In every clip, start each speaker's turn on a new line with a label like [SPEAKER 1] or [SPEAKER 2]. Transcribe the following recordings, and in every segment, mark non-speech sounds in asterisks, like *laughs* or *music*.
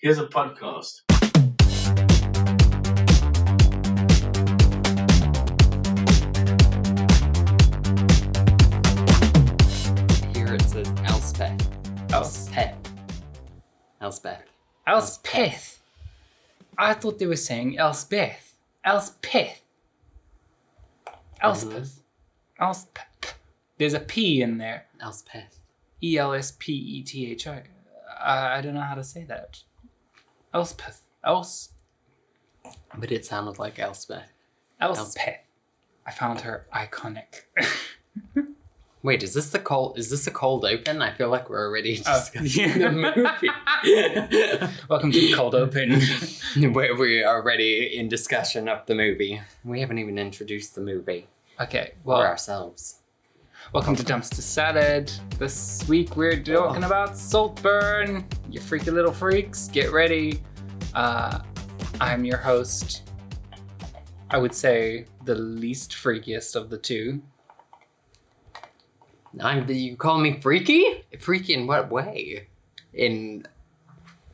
[SPEAKER 1] Here's a podcast. *laughs*
[SPEAKER 2] Here it says Elspeth. Elspeth. Elspeth.
[SPEAKER 3] Elspeth. I thought they were saying Elspeth. Elspeth. Elspeth.
[SPEAKER 2] Uh-huh.
[SPEAKER 3] Elspeth. There's a P in there.
[SPEAKER 2] Elspeth.
[SPEAKER 3] E L S P E T H I. I I don't know how to say that. Elspeth. Els.
[SPEAKER 2] But it sounded like Elspeth.
[SPEAKER 3] Elspeth. I found her iconic.
[SPEAKER 2] Wait, is this the cold? Is this a cold open? I feel like we're already
[SPEAKER 3] Oh. *laughs*
[SPEAKER 2] discussing
[SPEAKER 3] yeah.
[SPEAKER 2] the movie.
[SPEAKER 3] Welcome to the cold open.
[SPEAKER 2] *laughs* we're, we're already in discussion of the movie. We haven't even introduced the movie
[SPEAKER 3] okay,
[SPEAKER 2] or
[SPEAKER 3] well,
[SPEAKER 2] ourselves.
[SPEAKER 3] welcome to Dumpster Salad. This week we're
[SPEAKER 2] Oh.
[SPEAKER 3] talking about Saltburn. You freaky little freaks, get ready. Uh, I'm your host. I would say the least freakiest of the two.
[SPEAKER 2] I'm. You call me freaky? Freaky in what way? In. *laughs*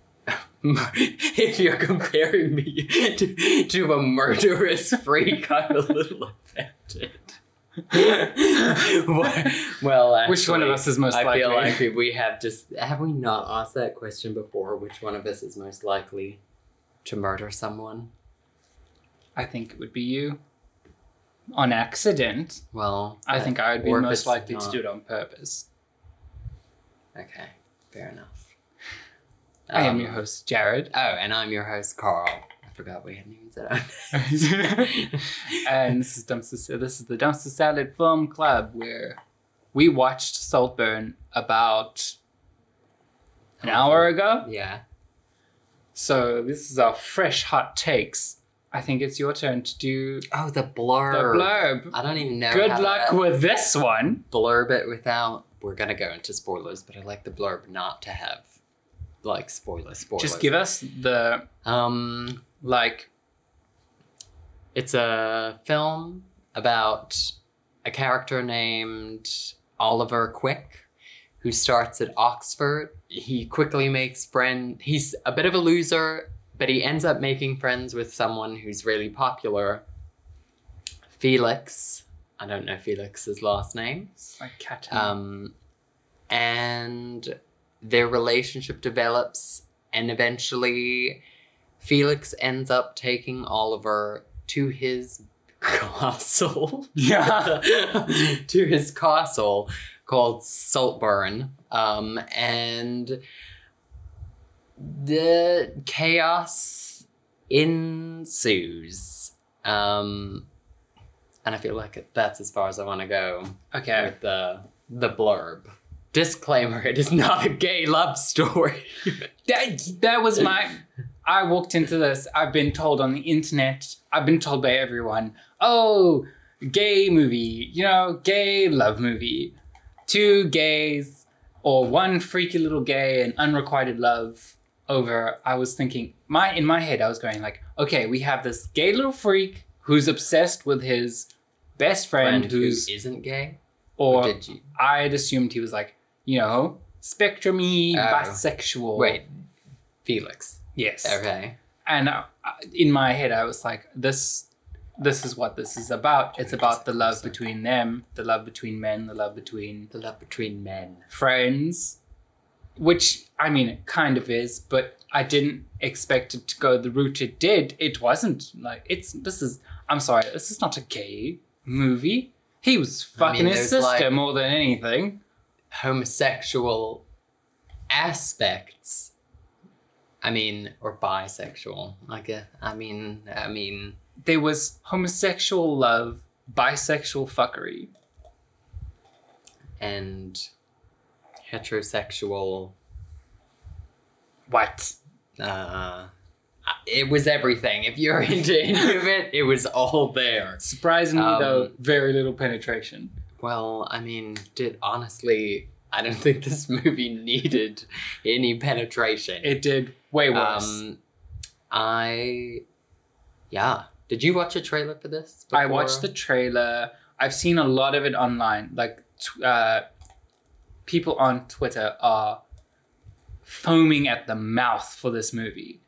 [SPEAKER 2] if you're comparing me to, to a murderous freak, I'm a little offended. *laughs* well, actually,
[SPEAKER 3] Which one of us is most
[SPEAKER 2] I
[SPEAKER 3] likely?
[SPEAKER 2] feel like we have just have we not asked that question before? Which one of us is most likely to murder someone?
[SPEAKER 3] *laughs* I think it would be you. On accident,
[SPEAKER 2] Well,
[SPEAKER 3] I
[SPEAKER 2] that-
[SPEAKER 3] think I would be
[SPEAKER 2] Uh, or if
[SPEAKER 3] most
[SPEAKER 2] it's
[SPEAKER 3] likely to
[SPEAKER 2] not-
[SPEAKER 3] do it on purpose.
[SPEAKER 2] Okay, fair enough.
[SPEAKER 3] I am
[SPEAKER 2] Um,
[SPEAKER 3] your host,
[SPEAKER 2] *laughs*
[SPEAKER 3] Jared. *laughs*
[SPEAKER 2] Oh, and I'm your host, Carl. I forgot we hadn't even said our
[SPEAKER 3] and this is dumpster. Sa- This is the dumpster salad film club where we watched Saltburn about an hour ago.
[SPEAKER 2] *laughs* Yeah.
[SPEAKER 3] So this is our fresh hot takes. I think it's your turn to do the
[SPEAKER 2] Oh, the blurb.
[SPEAKER 3] blurb.
[SPEAKER 2] I don't even know.
[SPEAKER 3] Good
[SPEAKER 2] how
[SPEAKER 3] luck
[SPEAKER 2] to
[SPEAKER 3] with this one.
[SPEAKER 2] blurb it without. We're gonna go into spoilers, but I like the blurb not to have like spoiler spoilers.
[SPEAKER 3] Just give us the
[SPEAKER 2] Um,
[SPEAKER 3] like.
[SPEAKER 2] it's a film about a character named Oliver Quick, who starts at Oxford. He quickly makes friends. He's a bit of a loser, but he ends up making friends with someone who's really popular. Felix. I don't know Felix's last name.
[SPEAKER 3] Like cat.
[SPEAKER 2] Um, and their relationship develops, and eventually, Felix ends up taking Oliver to his castle.
[SPEAKER 3] yeah.
[SPEAKER 2] *laughs* to his castle called Saltburn. Um, and the chaos ensues. Um, and I feel like that's as far as I want to go
[SPEAKER 3] Okay.
[SPEAKER 2] with the the blurb. Disclaimer: It is not a gay love
[SPEAKER 3] *laughs*
[SPEAKER 2] story.
[SPEAKER 3] That, that was my. I walked into this. I've been told on the internet. I've been told by everyone. Oh, gay movie. You know, gay love movie. Two gays or one freaky little gay and unrequited love over. I was thinking my in my head. I was going like, okay, we have this gay little freak who's obsessed with his best friend, who's
[SPEAKER 2] who isn't gay?
[SPEAKER 3] or
[SPEAKER 2] did you
[SPEAKER 3] I had assumed he was like, you know, spectrumy
[SPEAKER 2] Oh.
[SPEAKER 3] bisexual.
[SPEAKER 2] wait? Felix.
[SPEAKER 3] Yes
[SPEAKER 2] Okay.
[SPEAKER 3] and uh, in my head i was like this this is what this is about it's about the love between them the love between men the love between
[SPEAKER 2] The love between men.
[SPEAKER 3] friends which i mean it kind of is but i didn't expect it to go the route it did it wasn't like it's this is i'm sorry this is not a gay movie he
[SPEAKER 2] I
[SPEAKER 3] was
[SPEAKER 2] mean,
[SPEAKER 3] fucking his
[SPEAKER 2] there's,
[SPEAKER 3] sister
[SPEAKER 2] like-
[SPEAKER 3] more than anything
[SPEAKER 2] Homosexual aspects. I mean, or bisexual. I guess. I mean. I mean.
[SPEAKER 3] there was homosexual love bisexual fuckery
[SPEAKER 2] And heterosexual.
[SPEAKER 3] what
[SPEAKER 2] Uh, it was everything. If you're *laughs* into any of it, it was all there.
[SPEAKER 3] surprisingly
[SPEAKER 2] Um,
[SPEAKER 3] though very little penetration
[SPEAKER 2] Well, I mean, did honestly, I don't *laughs* think this movie needed any penetration.
[SPEAKER 3] It did way worse.
[SPEAKER 2] um, I, yeah. Did you watch a trailer for this?
[SPEAKER 3] I watched the
[SPEAKER 2] before?
[SPEAKER 3] trailer. I've seen a lot of it online. Like, t- uh, people on Twitter are foaming at the mouth for this movie.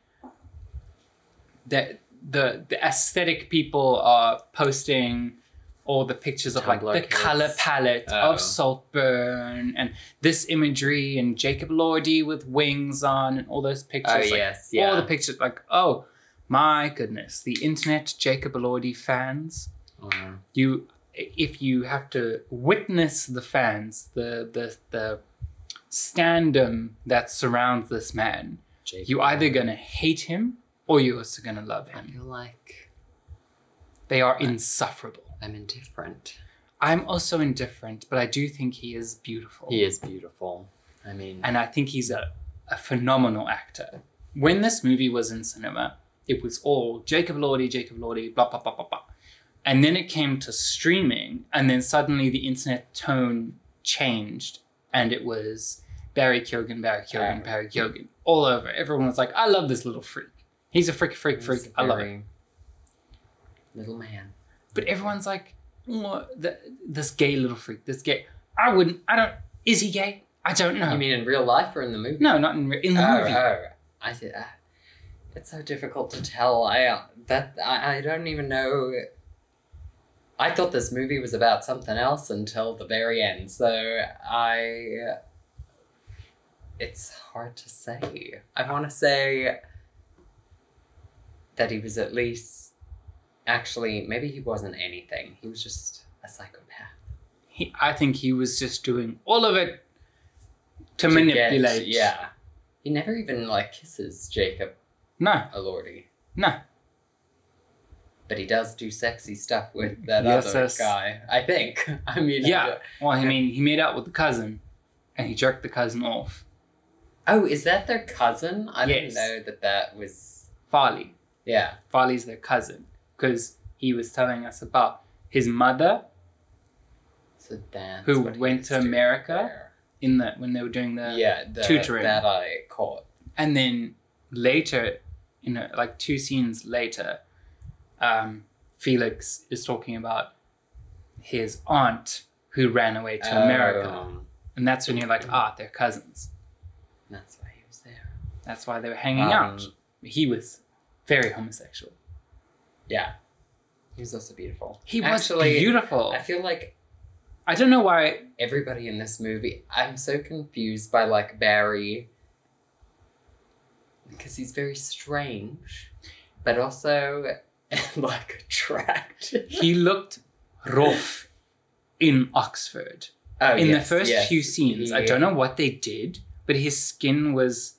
[SPEAKER 3] That the the aesthetic people are posting all the pictures of like
[SPEAKER 2] Tumblr
[SPEAKER 3] the
[SPEAKER 2] kids.
[SPEAKER 3] color palette
[SPEAKER 2] Oh.
[SPEAKER 3] of Saltburn and this imagery and Jacob Lordy with wings on and all those pictures.
[SPEAKER 2] Oh
[SPEAKER 3] like,
[SPEAKER 2] yes, yeah.
[SPEAKER 3] All the pictures like oh my goodness, the internet Jacob Lordy fans
[SPEAKER 2] Mhm.
[SPEAKER 3] you if you have to witness the fans the the the standum that surrounds this man
[SPEAKER 2] Jake
[SPEAKER 3] you
[SPEAKER 2] Paul.
[SPEAKER 3] either gonna hate him or you're also gonna love
[SPEAKER 2] I
[SPEAKER 3] him
[SPEAKER 2] feel like
[SPEAKER 3] they are insufferable
[SPEAKER 2] I'm indifferent.
[SPEAKER 3] i'm also indifferent but i do think he is beautiful
[SPEAKER 2] He is beautiful. I mean,
[SPEAKER 3] and i think he's a, a phenomenal actor when this movie was in cinema it was all jacob lordy jacob lordy blah blah blah blah blah and then it came to streaming and then suddenly the internet tone changed and it was barry keoghan barry keoghan barry keoghan all over everyone was like i love this little freak he's a freak freak
[SPEAKER 2] he's
[SPEAKER 3] freak
[SPEAKER 2] a
[SPEAKER 3] i love it
[SPEAKER 2] very Little man.
[SPEAKER 3] but everyone's like "Oh, th- this gay little freak this gay i wouldn't i don't is he gay i don't know
[SPEAKER 2] You mean in real life or in the movie?
[SPEAKER 3] no not in, re- in the
[SPEAKER 2] oh,
[SPEAKER 3] movie
[SPEAKER 2] oh. I see. Uh, it's so difficult to tell. I uh, that I, I don't even know. I thought this movie was about something else until the very end, so I. It's hard to say. I want to say that he was at least. Actually, maybe he wasn't anything. He was just a psychopath.
[SPEAKER 3] he, I think he was just doing all of it to,
[SPEAKER 2] To get-
[SPEAKER 3] manipulate.
[SPEAKER 2] yeah. He never even, like, kisses Jacob
[SPEAKER 3] No,
[SPEAKER 2] Elordi.
[SPEAKER 3] no.
[SPEAKER 2] but he does do sexy stuff with that
[SPEAKER 3] Yes,
[SPEAKER 2] other
[SPEAKER 3] yes.
[SPEAKER 2] guy. I think. *laughs* I mean, I
[SPEAKER 3] Yeah.
[SPEAKER 2] don't-
[SPEAKER 3] Well, I mean, he made out with the cousin, and he jerked the cousin off.
[SPEAKER 2] oh, is that their cousin? I didn't
[SPEAKER 3] Yes.
[SPEAKER 2] know that that was.
[SPEAKER 3] Farley.
[SPEAKER 2] Yeah.
[SPEAKER 3] Farley's their cousin because he was telling us about his mother
[SPEAKER 2] So that's
[SPEAKER 3] Who
[SPEAKER 2] what he
[SPEAKER 3] went
[SPEAKER 2] was
[SPEAKER 3] to
[SPEAKER 2] doing
[SPEAKER 3] America?
[SPEAKER 2] there.
[SPEAKER 3] in the when they were doing the
[SPEAKER 2] yeah, the,
[SPEAKER 3] tutoring.
[SPEAKER 2] that I caught.
[SPEAKER 3] and then later, you know, like two scenes later, um, Felix is talking about his aunt who ran away to America,
[SPEAKER 2] Um,
[SPEAKER 3] and that's when you're like, ah, they're cousins.
[SPEAKER 2] that's why he was there.
[SPEAKER 3] That's why they were hanging
[SPEAKER 2] Um,
[SPEAKER 3] out. He was very homosexual.
[SPEAKER 2] Yeah. He was also beautiful.
[SPEAKER 3] He was
[SPEAKER 2] Actually,
[SPEAKER 3] beautiful.
[SPEAKER 2] I feel like
[SPEAKER 3] I don't know why.
[SPEAKER 2] everybody in this movie. I'm so confused by like Barry because he's very strange, but also *laughs* like attractive. *laughs*
[SPEAKER 3] He looked rough in Oxford.
[SPEAKER 2] Oh,
[SPEAKER 3] in
[SPEAKER 2] yes,
[SPEAKER 3] the first
[SPEAKER 2] yes,
[SPEAKER 3] few scenes, I
[SPEAKER 2] he-
[SPEAKER 3] don't know what they did, but his skin was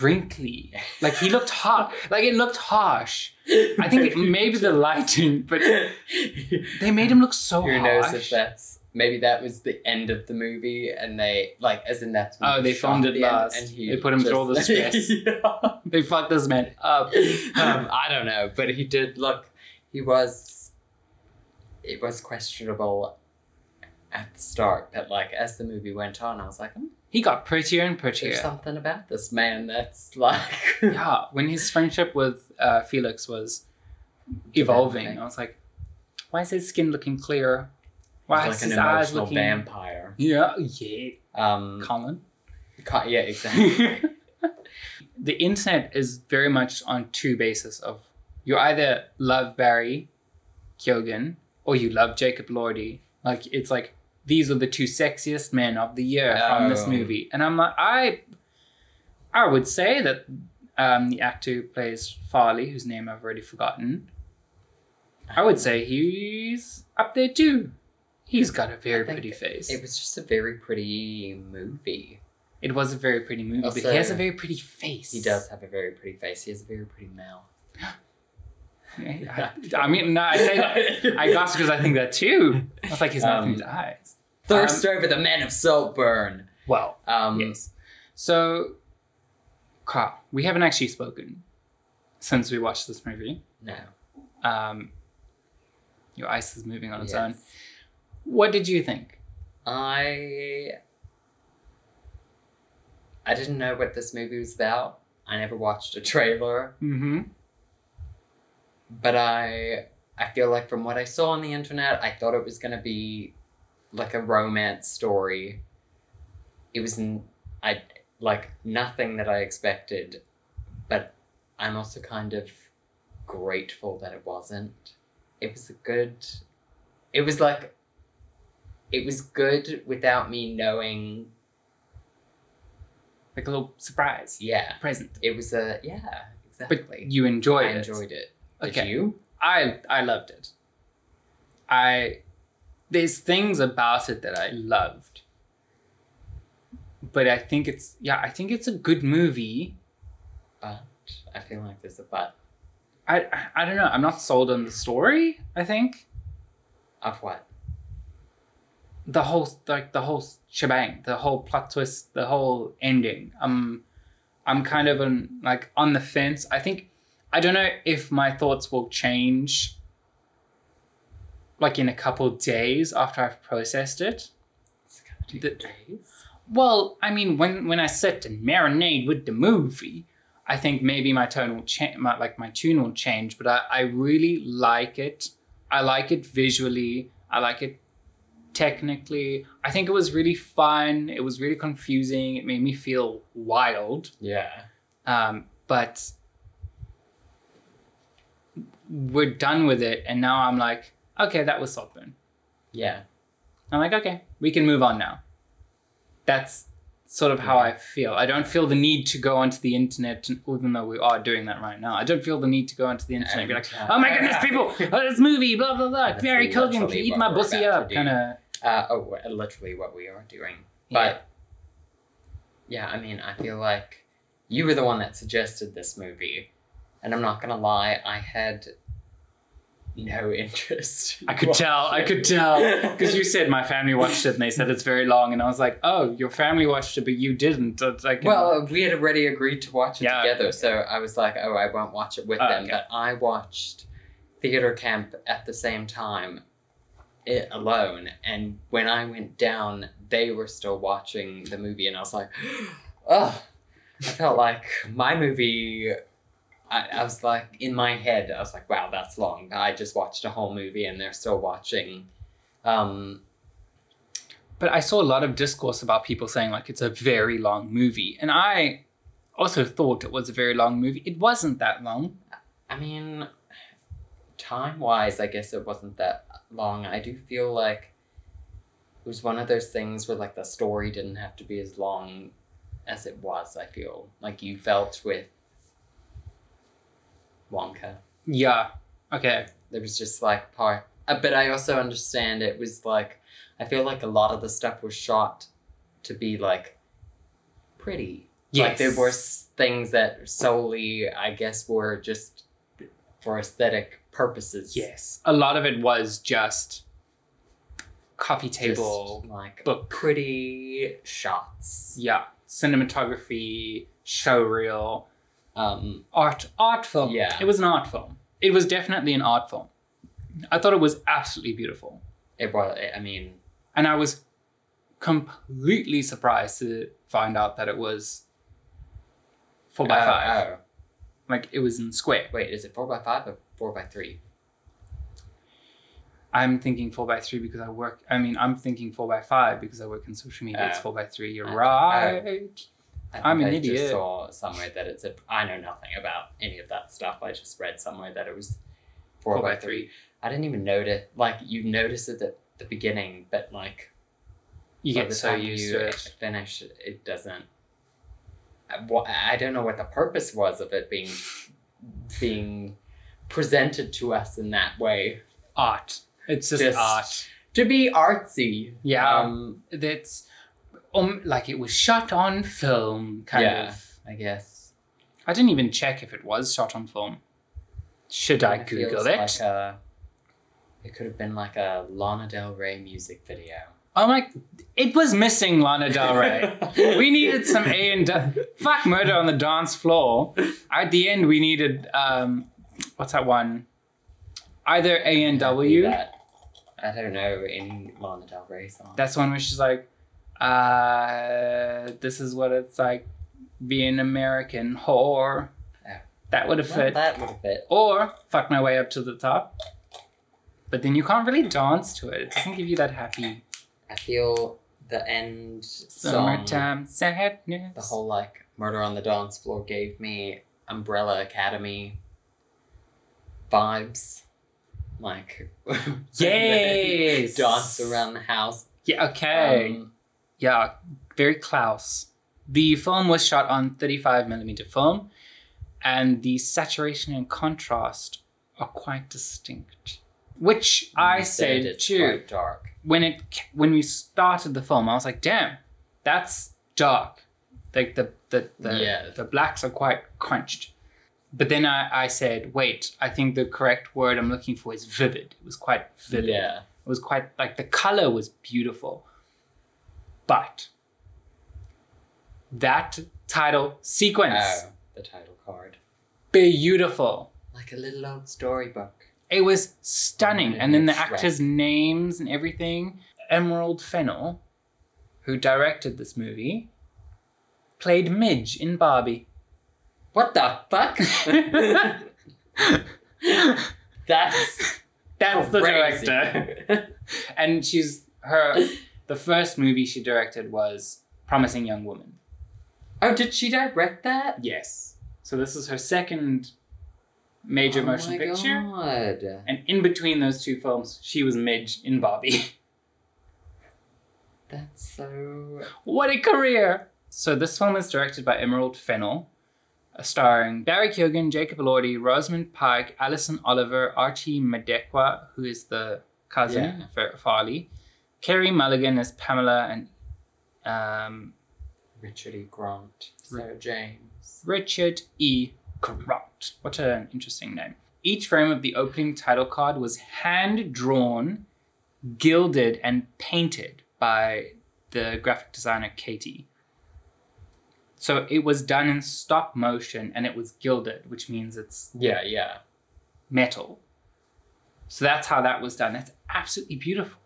[SPEAKER 3] wrinkly. Like he
[SPEAKER 2] *laughs*
[SPEAKER 3] looked hot. Like it looked harsh. I think it, maybe the lighting, but
[SPEAKER 2] Who
[SPEAKER 3] they made him look so
[SPEAKER 2] knows if
[SPEAKER 3] harsh.
[SPEAKER 2] that's maybe that was the end of the movie, and they like as in that's when
[SPEAKER 3] Oh,
[SPEAKER 2] he
[SPEAKER 3] they
[SPEAKER 2] shot
[SPEAKER 3] filmed
[SPEAKER 2] at
[SPEAKER 3] it
[SPEAKER 2] the end
[SPEAKER 3] last. They put him through all the
[SPEAKER 2] *laughs*
[SPEAKER 3] stress.
[SPEAKER 2] Yeah.
[SPEAKER 3] They fucked this man up.
[SPEAKER 2] *laughs*
[SPEAKER 3] *laughs*
[SPEAKER 2] um, I don't know, but he did look. He was. It was questionable at the start, but like as the movie went on, I was like, hmm,
[SPEAKER 3] He got prettier and prettier.
[SPEAKER 2] "There's something about this man that's *laughs* like."
[SPEAKER 3] yeah, when his friendship with uh, Felix was evolving,
[SPEAKER 2] Developing.
[SPEAKER 3] I was like, why is his skin looking clearer? Why
[SPEAKER 2] He's
[SPEAKER 3] is
[SPEAKER 2] like
[SPEAKER 3] his
[SPEAKER 2] an
[SPEAKER 3] eyes
[SPEAKER 2] emotional
[SPEAKER 3] looking?
[SPEAKER 2] vampire.
[SPEAKER 3] Yeah, yeah,
[SPEAKER 2] Um,
[SPEAKER 3] Colin.
[SPEAKER 2] ca- yeah, exactly.
[SPEAKER 3] the *laughs* internet is very much on two bases of you either love Barry Keoghan or you love Jacob Lordy. Like it's like these are the two sexiest men of the year from this
[SPEAKER 2] Oh.
[SPEAKER 3] movie, and I'm like I, I would say that um, the actor who plays Farley, whose name I've already forgotten, *laughs* I would say he's up there too. He's got a very
[SPEAKER 2] I think
[SPEAKER 3] pretty
[SPEAKER 2] *laughs*
[SPEAKER 3] face.
[SPEAKER 2] It was just a very pretty movie.
[SPEAKER 3] It was a very pretty movie, but
[SPEAKER 2] Also-
[SPEAKER 3] he has a very pretty face.
[SPEAKER 2] He does have a very pretty face. He has a very pretty mouth.
[SPEAKER 3] I, I mean, no, I say that.
[SPEAKER 2] *laughs*
[SPEAKER 3] I got because I think that too. I was like, his mouth
[SPEAKER 2] Um,
[SPEAKER 3] and his eyes.
[SPEAKER 2] thirst over the men of Saltburn.
[SPEAKER 3] Well,
[SPEAKER 2] Um,
[SPEAKER 3] um, yes. So, Carl, we haven't actually spoken since we watched this movie.
[SPEAKER 2] No.
[SPEAKER 3] Um, your ice is moving on its
[SPEAKER 2] yes.
[SPEAKER 3] own. What did you think?
[SPEAKER 2] I I didn't know what this movie was about. I never watched a trailer,
[SPEAKER 3] Mm-hmm.
[SPEAKER 2] but I I feel like from what I saw on the internet, I thought it was going to be like a romance story. It was n- I like nothing that I expected, but I'm also kind of grateful that it wasn't. It was a good. It was like. It was good without me knowing.
[SPEAKER 3] Like a little surprise
[SPEAKER 2] Yeah,
[SPEAKER 3] present.
[SPEAKER 2] it was a yeah
[SPEAKER 3] But
[SPEAKER 2] exactly.
[SPEAKER 3] you enjoyed
[SPEAKER 2] I
[SPEAKER 3] it.
[SPEAKER 2] enjoyed it. Did
[SPEAKER 3] Okay.
[SPEAKER 2] you?
[SPEAKER 3] I I loved it. I there's things about it that I loved. But I think it's yeah, I think it's a good movie.
[SPEAKER 2] But I feel like there's a but
[SPEAKER 3] I I, I don't know. I'm not sold on the story, I think.
[SPEAKER 2] of what?
[SPEAKER 3] The whole like the whole shebang, the whole plot twist, the whole ending. Um I'm kind of on like on the fence. I think I don't know if my thoughts will change like in a couple days after I've processed it.
[SPEAKER 2] It's gonna take
[SPEAKER 3] The-
[SPEAKER 2] days.
[SPEAKER 3] Well, I mean, when when I sit and marinade with the movie, I think maybe my tone will change, my, like my tune will change. But I, I really like it. I like it visually. I like it technically. I think it was really fun. It was really confusing. It made me feel wild.
[SPEAKER 2] Yeah.
[SPEAKER 3] Um, but we're done with it, and now I'm like, okay, that was Saltburn.
[SPEAKER 2] Yeah.
[SPEAKER 3] I'm like, okay, we can move on now. That's sort of how I feel. I don't feel the need to go onto the internet, and- even though we are doing that right now. I don't feel the need to go onto the internet and be
[SPEAKER 2] uh,
[SPEAKER 3] like, oh my goodness, people, oh, this movie, blah, blah, blah,
[SPEAKER 2] That's
[SPEAKER 3] Barry Kilgan can
[SPEAKER 2] literally
[SPEAKER 3] eat
[SPEAKER 2] what
[SPEAKER 3] my
[SPEAKER 2] we're
[SPEAKER 3] pussy
[SPEAKER 2] about to
[SPEAKER 3] up,
[SPEAKER 2] do.
[SPEAKER 3] kind of.
[SPEAKER 2] *laughs* Uh, oh, wha- literally what we are doing. But yeah, I mean, I feel like you were the one that suggested this movie, and I'm not gonna lie, I had no *laughs* interest.
[SPEAKER 3] I could tell, I could tell.
[SPEAKER 2] *laughs*
[SPEAKER 3] Because you said my family watched it and they said it's very long, and I was like, oh, your family watched it, but you didn't. It's like,
[SPEAKER 2] Well, uh, we had already agreed to watch it
[SPEAKER 3] Yeah,
[SPEAKER 2] together, so I was like, oh, I won't watch it with
[SPEAKER 3] Oh,
[SPEAKER 2] them.
[SPEAKER 3] okay.
[SPEAKER 2] But I watched Theater Camp at the same time, it alone. And when I went down, they were still watching the movie, and I was like, *gasps* oh, I felt like my movie. I, I was like, in my head, I was like, wow, that's long. I just watched a whole movie, and they're still watching. Um,
[SPEAKER 3] But I saw a lot of discourse about people saying like it's a very long movie, and I also thought it was a very long movie. It wasn't that long.
[SPEAKER 2] I mean, time wise, I guess it wasn't that long. I do feel like it was one of those things where like the story didn't have to be as long as it was. I feel like you felt with Wonka.
[SPEAKER 3] Yeah. Okay.
[SPEAKER 2] There was just like part, uh, but I also understand it was like I feel like a lot of the stuff was shot to be like pretty like there were s- things that solely, I guess, were just for aesthetic purposes.
[SPEAKER 3] Yes. A lot of it was just coffee
[SPEAKER 2] Just,
[SPEAKER 3] table
[SPEAKER 2] like
[SPEAKER 3] book.
[SPEAKER 2] pretty shots.
[SPEAKER 3] Yeah. Cinematography, showreel,
[SPEAKER 2] Um,
[SPEAKER 3] art art film.
[SPEAKER 2] Yeah.
[SPEAKER 3] It was an art film. It was definitely an art film. I thought it was absolutely beautiful.
[SPEAKER 2] it was. I mean,
[SPEAKER 3] and I was completely surprised to find out that it was four by
[SPEAKER 2] oh,
[SPEAKER 3] five.
[SPEAKER 2] oh.
[SPEAKER 3] Like it was in square.
[SPEAKER 2] wait, is it four by five or four by three?
[SPEAKER 3] I'm thinking four by three because I work. I mean, I'm thinking four by five because I work in social media. it's
[SPEAKER 2] Oh.
[SPEAKER 3] four by three. You're
[SPEAKER 2] Oh.
[SPEAKER 3] right.
[SPEAKER 2] I
[SPEAKER 3] I'm
[SPEAKER 2] think
[SPEAKER 3] an
[SPEAKER 2] I
[SPEAKER 3] idiot.
[SPEAKER 2] Just saw somewhere that it's a. I know nothing about any of that stuff. I just read somewhere that it was four, by three. I didn't even notice. Like you notice it at the beginning, but like
[SPEAKER 3] You
[SPEAKER 2] By
[SPEAKER 3] get
[SPEAKER 2] the
[SPEAKER 3] so
[SPEAKER 2] time
[SPEAKER 3] used
[SPEAKER 2] you
[SPEAKER 3] to it.
[SPEAKER 2] Finish it doesn't. I- wha- I don't know what the purpose was of it being being presented to us in that way
[SPEAKER 3] Art. It's just,
[SPEAKER 2] Just-
[SPEAKER 3] art.
[SPEAKER 2] to be artsy.
[SPEAKER 3] Yeah.
[SPEAKER 2] um,
[SPEAKER 3] That's um like it was shot on film kind
[SPEAKER 2] Yeah.
[SPEAKER 3] of.
[SPEAKER 2] I guess.
[SPEAKER 3] I didn't even check if it was shot on film. Should I
[SPEAKER 2] Kinda
[SPEAKER 3] Google
[SPEAKER 2] feels Like
[SPEAKER 3] it?
[SPEAKER 2] a, it could have been like a Lana Del Rey music video.
[SPEAKER 3] oh my! It was missing Lana Del Rey. we needed some A and D- fuck murder on the dance floor. At the end, we needed um, what's that one? Either A and W.
[SPEAKER 2] That- I don't know any Lana Del Rey song.
[SPEAKER 3] That's the one where she's like, uh, "This is what it's like being American whore."
[SPEAKER 2] Oh.
[SPEAKER 3] That would have
[SPEAKER 2] Not
[SPEAKER 3] fit.
[SPEAKER 2] that little bit.
[SPEAKER 3] Or fuck my way up to the top. But then you can't really dance to it. It doesn't give you that happy.
[SPEAKER 2] I feel the end song,
[SPEAKER 3] Summertime sadness.
[SPEAKER 2] the whole like murder on the dance floor gave me Umbrella Academy vibes. Like *laughs*
[SPEAKER 3] Yes.
[SPEAKER 2] dance around the house.
[SPEAKER 3] Yeah. Okay.
[SPEAKER 2] Um,
[SPEAKER 3] yeah. Very Klaus. The film was shot on 35 millimeter film, and the saturation and contrast are quite distinct. Which I
[SPEAKER 2] you
[SPEAKER 3] said
[SPEAKER 2] it's
[SPEAKER 3] too.
[SPEAKER 2] quite dark.
[SPEAKER 3] when it when we started the film, I was like, "Damn, that's dark." Like the the the,
[SPEAKER 2] Yeah.
[SPEAKER 3] the blacks are quite crunched. But then I, I said, "Wait, I think the correct word I'm looking for is vivid." It was quite vivid.
[SPEAKER 2] Yeah.
[SPEAKER 3] It was quite like the color was beautiful. But that title sequence
[SPEAKER 2] Oh, the title card.
[SPEAKER 3] beautiful.
[SPEAKER 2] Like a little old storybook.
[SPEAKER 3] It was stunning.
[SPEAKER 2] Mm,
[SPEAKER 3] And then the
[SPEAKER 2] that's right.
[SPEAKER 3] actors' names and everything. Emerald Fennel, who directed this movie, played Midge in Barbie.
[SPEAKER 2] What the fuck?
[SPEAKER 3] *laughs*
[SPEAKER 2] That's
[SPEAKER 3] That's the
[SPEAKER 2] crazy.
[SPEAKER 3] director. And she's her the first movie she directed was Promising Young Woman.
[SPEAKER 2] oh, did she direct that?
[SPEAKER 3] Yes. So this is her second major
[SPEAKER 2] oh
[SPEAKER 3] motion
[SPEAKER 2] my
[SPEAKER 3] picture.
[SPEAKER 2] God.
[SPEAKER 3] And in between those two films, she was Midge in Barbie. *laughs*
[SPEAKER 2] That's so
[SPEAKER 3] What a career! So this film is directed by Emerald Fennell, uh, starring Barry Keoghan, Jacob Elordi, Rosamund Pike, Alison Oliver, Archie Medekwa, who is the cousin
[SPEAKER 2] Yeah.
[SPEAKER 3] for Farley, Kerry Mulligan as Pamela, and um,
[SPEAKER 2] Richard E. Grant, Sarah James.
[SPEAKER 3] Richard E. Grant. What an interesting name. Each frame of the opening title card was hand drawn, gilded, and painted by the graphic designer Katie. So it was done in stop motion and it was gilded, which means it's
[SPEAKER 2] Yeah, yeah.
[SPEAKER 3] metal. So that's how that was done. That's absolutely beautiful.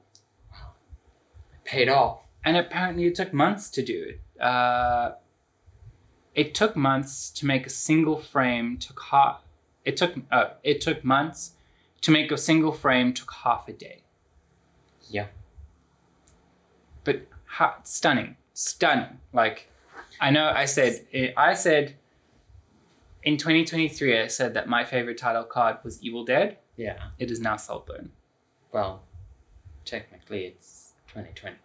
[SPEAKER 2] Paid off.
[SPEAKER 3] And apparently it took months to do it. Uh, it took months to make a single frame. Took half. It took. Uh, it took months to make a single frame. Took half a day.
[SPEAKER 2] Yeah.
[SPEAKER 3] But ha- stunning, stunning. Like, I know I said. I said. In 2023, I said that my favorite title card was Evil Dead.
[SPEAKER 2] Yeah.
[SPEAKER 3] It is now Saltburn.
[SPEAKER 2] Well, technically it's 2020.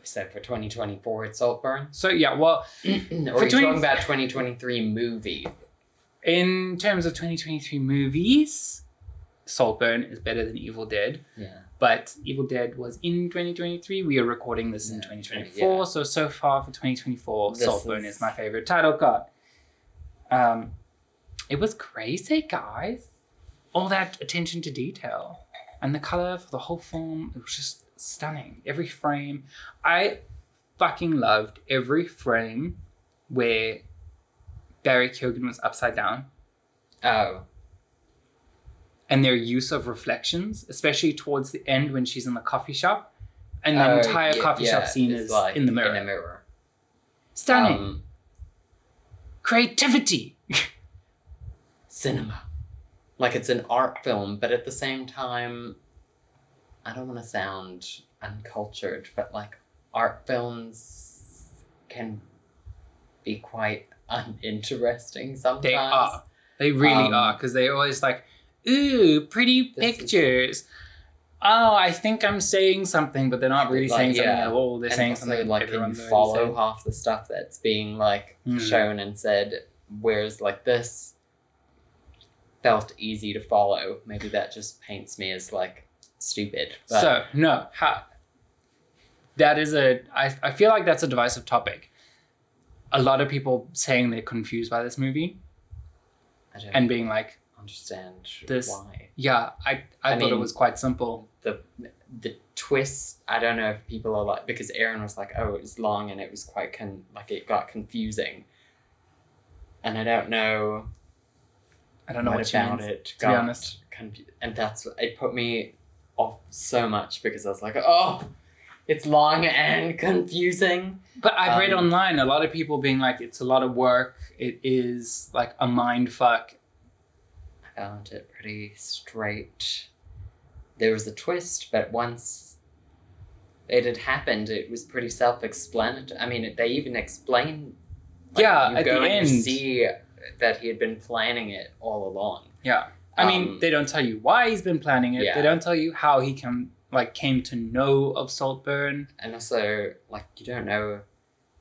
[SPEAKER 2] Except for 2024, it's
[SPEAKER 3] *clears throat*
[SPEAKER 2] Saltburn.
[SPEAKER 3] So yeah, well,
[SPEAKER 2] or
[SPEAKER 3] For
[SPEAKER 2] are you
[SPEAKER 3] 20
[SPEAKER 2] talking about 2023 movie?
[SPEAKER 3] in terms of 2023 movies, Saltburn is better than Evil Dead.
[SPEAKER 2] Yeah.
[SPEAKER 3] but Evil Dead was in 2023. We are recording this in
[SPEAKER 2] Yeah,
[SPEAKER 3] 2024,
[SPEAKER 2] yeah.
[SPEAKER 3] so so far for 2024,
[SPEAKER 2] This
[SPEAKER 3] Saltburn
[SPEAKER 2] is-
[SPEAKER 3] is... my favorite title card. Um, it was crazy, guys. All that attention to detail and the color for the whole film. It was just stunning. Every frame, I fucking loved every frame where Barry Keoghan was upside down
[SPEAKER 2] Oh,
[SPEAKER 3] and their use of reflections, especially towards the end when she's in the coffee shop, and the
[SPEAKER 2] Oh,
[SPEAKER 3] entire
[SPEAKER 2] yeah,
[SPEAKER 3] coffee
[SPEAKER 2] yeah,
[SPEAKER 3] shop scene
[SPEAKER 2] it's
[SPEAKER 3] is
[SPEAKER 2] like
[SPEAKER 3] in the mirror.
[SPEAKER 2] In a mirror.
[SPEAKER 3] Stunning
[SPEAKER 2] Um,
[SPEAKER 3] creativity.
[SPEAKER 2] cinema. Like it's an art film, but at the same time, I don't want to sound uncultured, but like art films can be quite uninteresting sometimes.
[SPEAKER 3] They are. They really
[SPEAKER 2] Um,
[SPEAKER 3] are because they're always like, "Ooh, pretty
[SPEAKER 2] This is-
[SPEAKER 3] pictures." Oh, I think I'm saying something, but they're not really
[SPEAKER 2] Like,
[SPEAKER 3] saying something
[SPEAKER 2] yeah.
[SPEAKER 3] at all. They're
[SPEAKER 2] and
[SPEAKER 3] saying
[SPEAKER 2] also,
[SPEAKER 3] something
[SPEAKER 2] like
[SPEAKER 3] that
[SPEAKER 2] can you
[SPEAKER 3] everyone's already
[SPEAKER 2] follow
[SPEAKER 3] said.
[SPEAKER 2] half the stuff that's being like
[SPEAKER 3] Mm.
[SPEAKER 2] shown and said. Whereas like this felt easy to follow. Maybe that just paints me as like stupid. But
[SPEAKER 3] so no, ha, that is a. I I feel like that's a divisive topic. A lot of people saying they're confused by this movie
[SPEAKER 2] I don't
[SPEAKER 3] and being like,
[SPEAKER 2] understand
[SPEAKER 3] This-
[SPEAKER 2] why.
[SPEAKER 3] Yeah, I, I,
[SPEAKER 2] I
[SPEAKER 3] thought it
[SPEAKER 2] mean-
[SPEAKER 3] was quite simple.
[SPEAKER 2] the the twist i don't know if people are like because aaron was like oh it was long and it was quite con- like it got confusing and i don't know
[SPEAKER 3] I don't know what you
[SPEAKER 2] about
[SPEAKER 3] means.
[SPEAKER 2] it
[SPEAKER 3] to be honest.
[SPEAKER 2] confu- and that's what it put me off so much because i was like oh it's long and confusing
[SPEAKER 3] But I've read
[SPEAKER 2] Um,
[SPEAKER 3] online a lot of people being like, it's a lot of work. It is like a mind fuck.
[SPEAKER 2] i found it pretty straight there was a twist but once it had happened, it was pretty self-explanatory. I mean, they even explained.
[SPEAKER 3] Yeah,
[SPEAKER 2] you
[SPEAKER 3] at
[SPEAKER 2] go
[SPEAKER 3] the
[SPEAKER 2] and
[SPEAKER 3] end.
[SPEAKER 2] you see that he had been planning it all along.
[SPEAKER 3] I mean,
[SPEAKER 2] Um,
[SPEAKER 3] they don't tell you why he's been planning it.
[SPEAKER 2] Yeah.
[SPEAKER 3] They don't tell you how he can like came to know of Saltburn.
[SPEAKER 2] and also like you don't know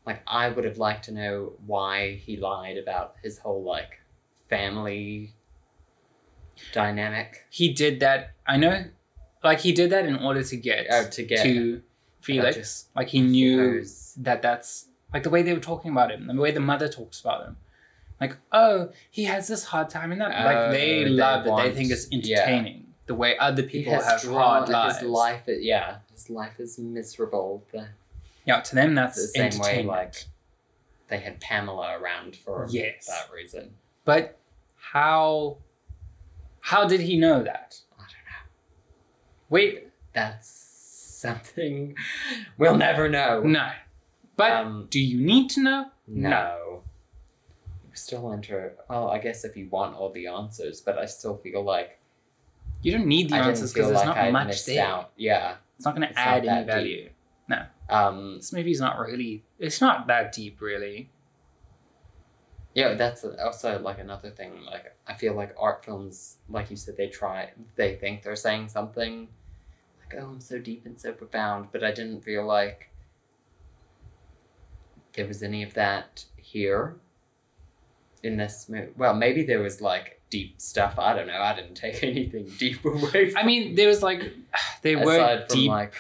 [SPEAKER 2] like i would have liked to know why he lied about his whole like family dynamic
[SPEAKER 3] He did that. I know, like he did that in order to get
[SPEAKER 2] uh, to get
[SPEAKER 3] to Felix.
[SPEAKER 2] just
[SPEAKER 3] like he knew
[SPEAKER 2] those-
[SPEAKER 3] that that's like the way they were talking about him, the way the mother talks about him. Like, oh, he has this hard time and that.
[SPEAKER 2] Oh,
[SPEAKER 3] like they,
[SPEAKER 2] they
[SPEAKER 3] love it.
[SPEAKER 2] want-
[SPEAKER 3] They think it's
[SPEAKER 2] yeah.
[SPEAKER 3] entertaining. The way other
[SPEAKER 2] he
[SPEAKER 3] people have
[SPEAKER 2] has
[SPEAKER 3] hard
[SPEAKER 2] drawn
[SPEAKER 3] lives.
[SPEAKER 2] his life is, yeah his life is miserable the,
[SPEAKER 3] Yeah, to them that's
[SPEAKER 2] the same way
[SPEAKER 3] entertaining.
[SPEAKER 2] like they had pamela around for
[SPEAKER 3] Yes.
[SPEAKER 2] that reason
[SPEAKER 3] But how how did he know that?
[SPEAKER 2] i don't know
[SPEAKER 3] Wait,
[SPEAKER 2] that's something *laughs* we'll never know
[SPEAKER 3] no. But
[SPEAKER 2] um,
[SPEAKER 3] do you need to know?
[SPEAKER 2] No. You Still enter. Well, I guess if you want all the answers, but I still feel like
[SPEAKER 3] You don't need the
[SPEAKER 2] I didn't
[SPEAKER 3] answers because
[SPEAKER 2] feel
[SPEAKER 3] there's
[SPEAKER 2] like
[SPEAKER 3] not
[SPEAKER 2] I
[SPEAKER 3] much
[SPEAKER 2] missed
[SPEAKER 3] there.
[SPEAKER 2] out. Yeah.
[SPEAKER 3] It's not going
[SPEAKER 2] It's
[SPEAKER 3] to
[SPEAKER 2] not
[SPEAKER 3] add any
[SPEAKER 2] that deep.
[SPEAKER 3] value.
[SPEAKER 2] Um.
[SPEAKER 3] This movie's not really. It's not that deep, really.
[SPEAKER 2] Yeah. That's also like another thing. Like I feel like art films, like you said, they try. They think they're saying something. Like oh, I'm so deep and so profound, but I didn't feel like there was any of that here. In this movie, well, maybe there was like deep stuff. I don't know. I didn't take *laughs* anything deep away.
[SPEAKER 3] I mean, there was like, *sighs* they were
[SPEAKER 2] aside from
[SPEAKER 3] deep
[SPEAKER 2] like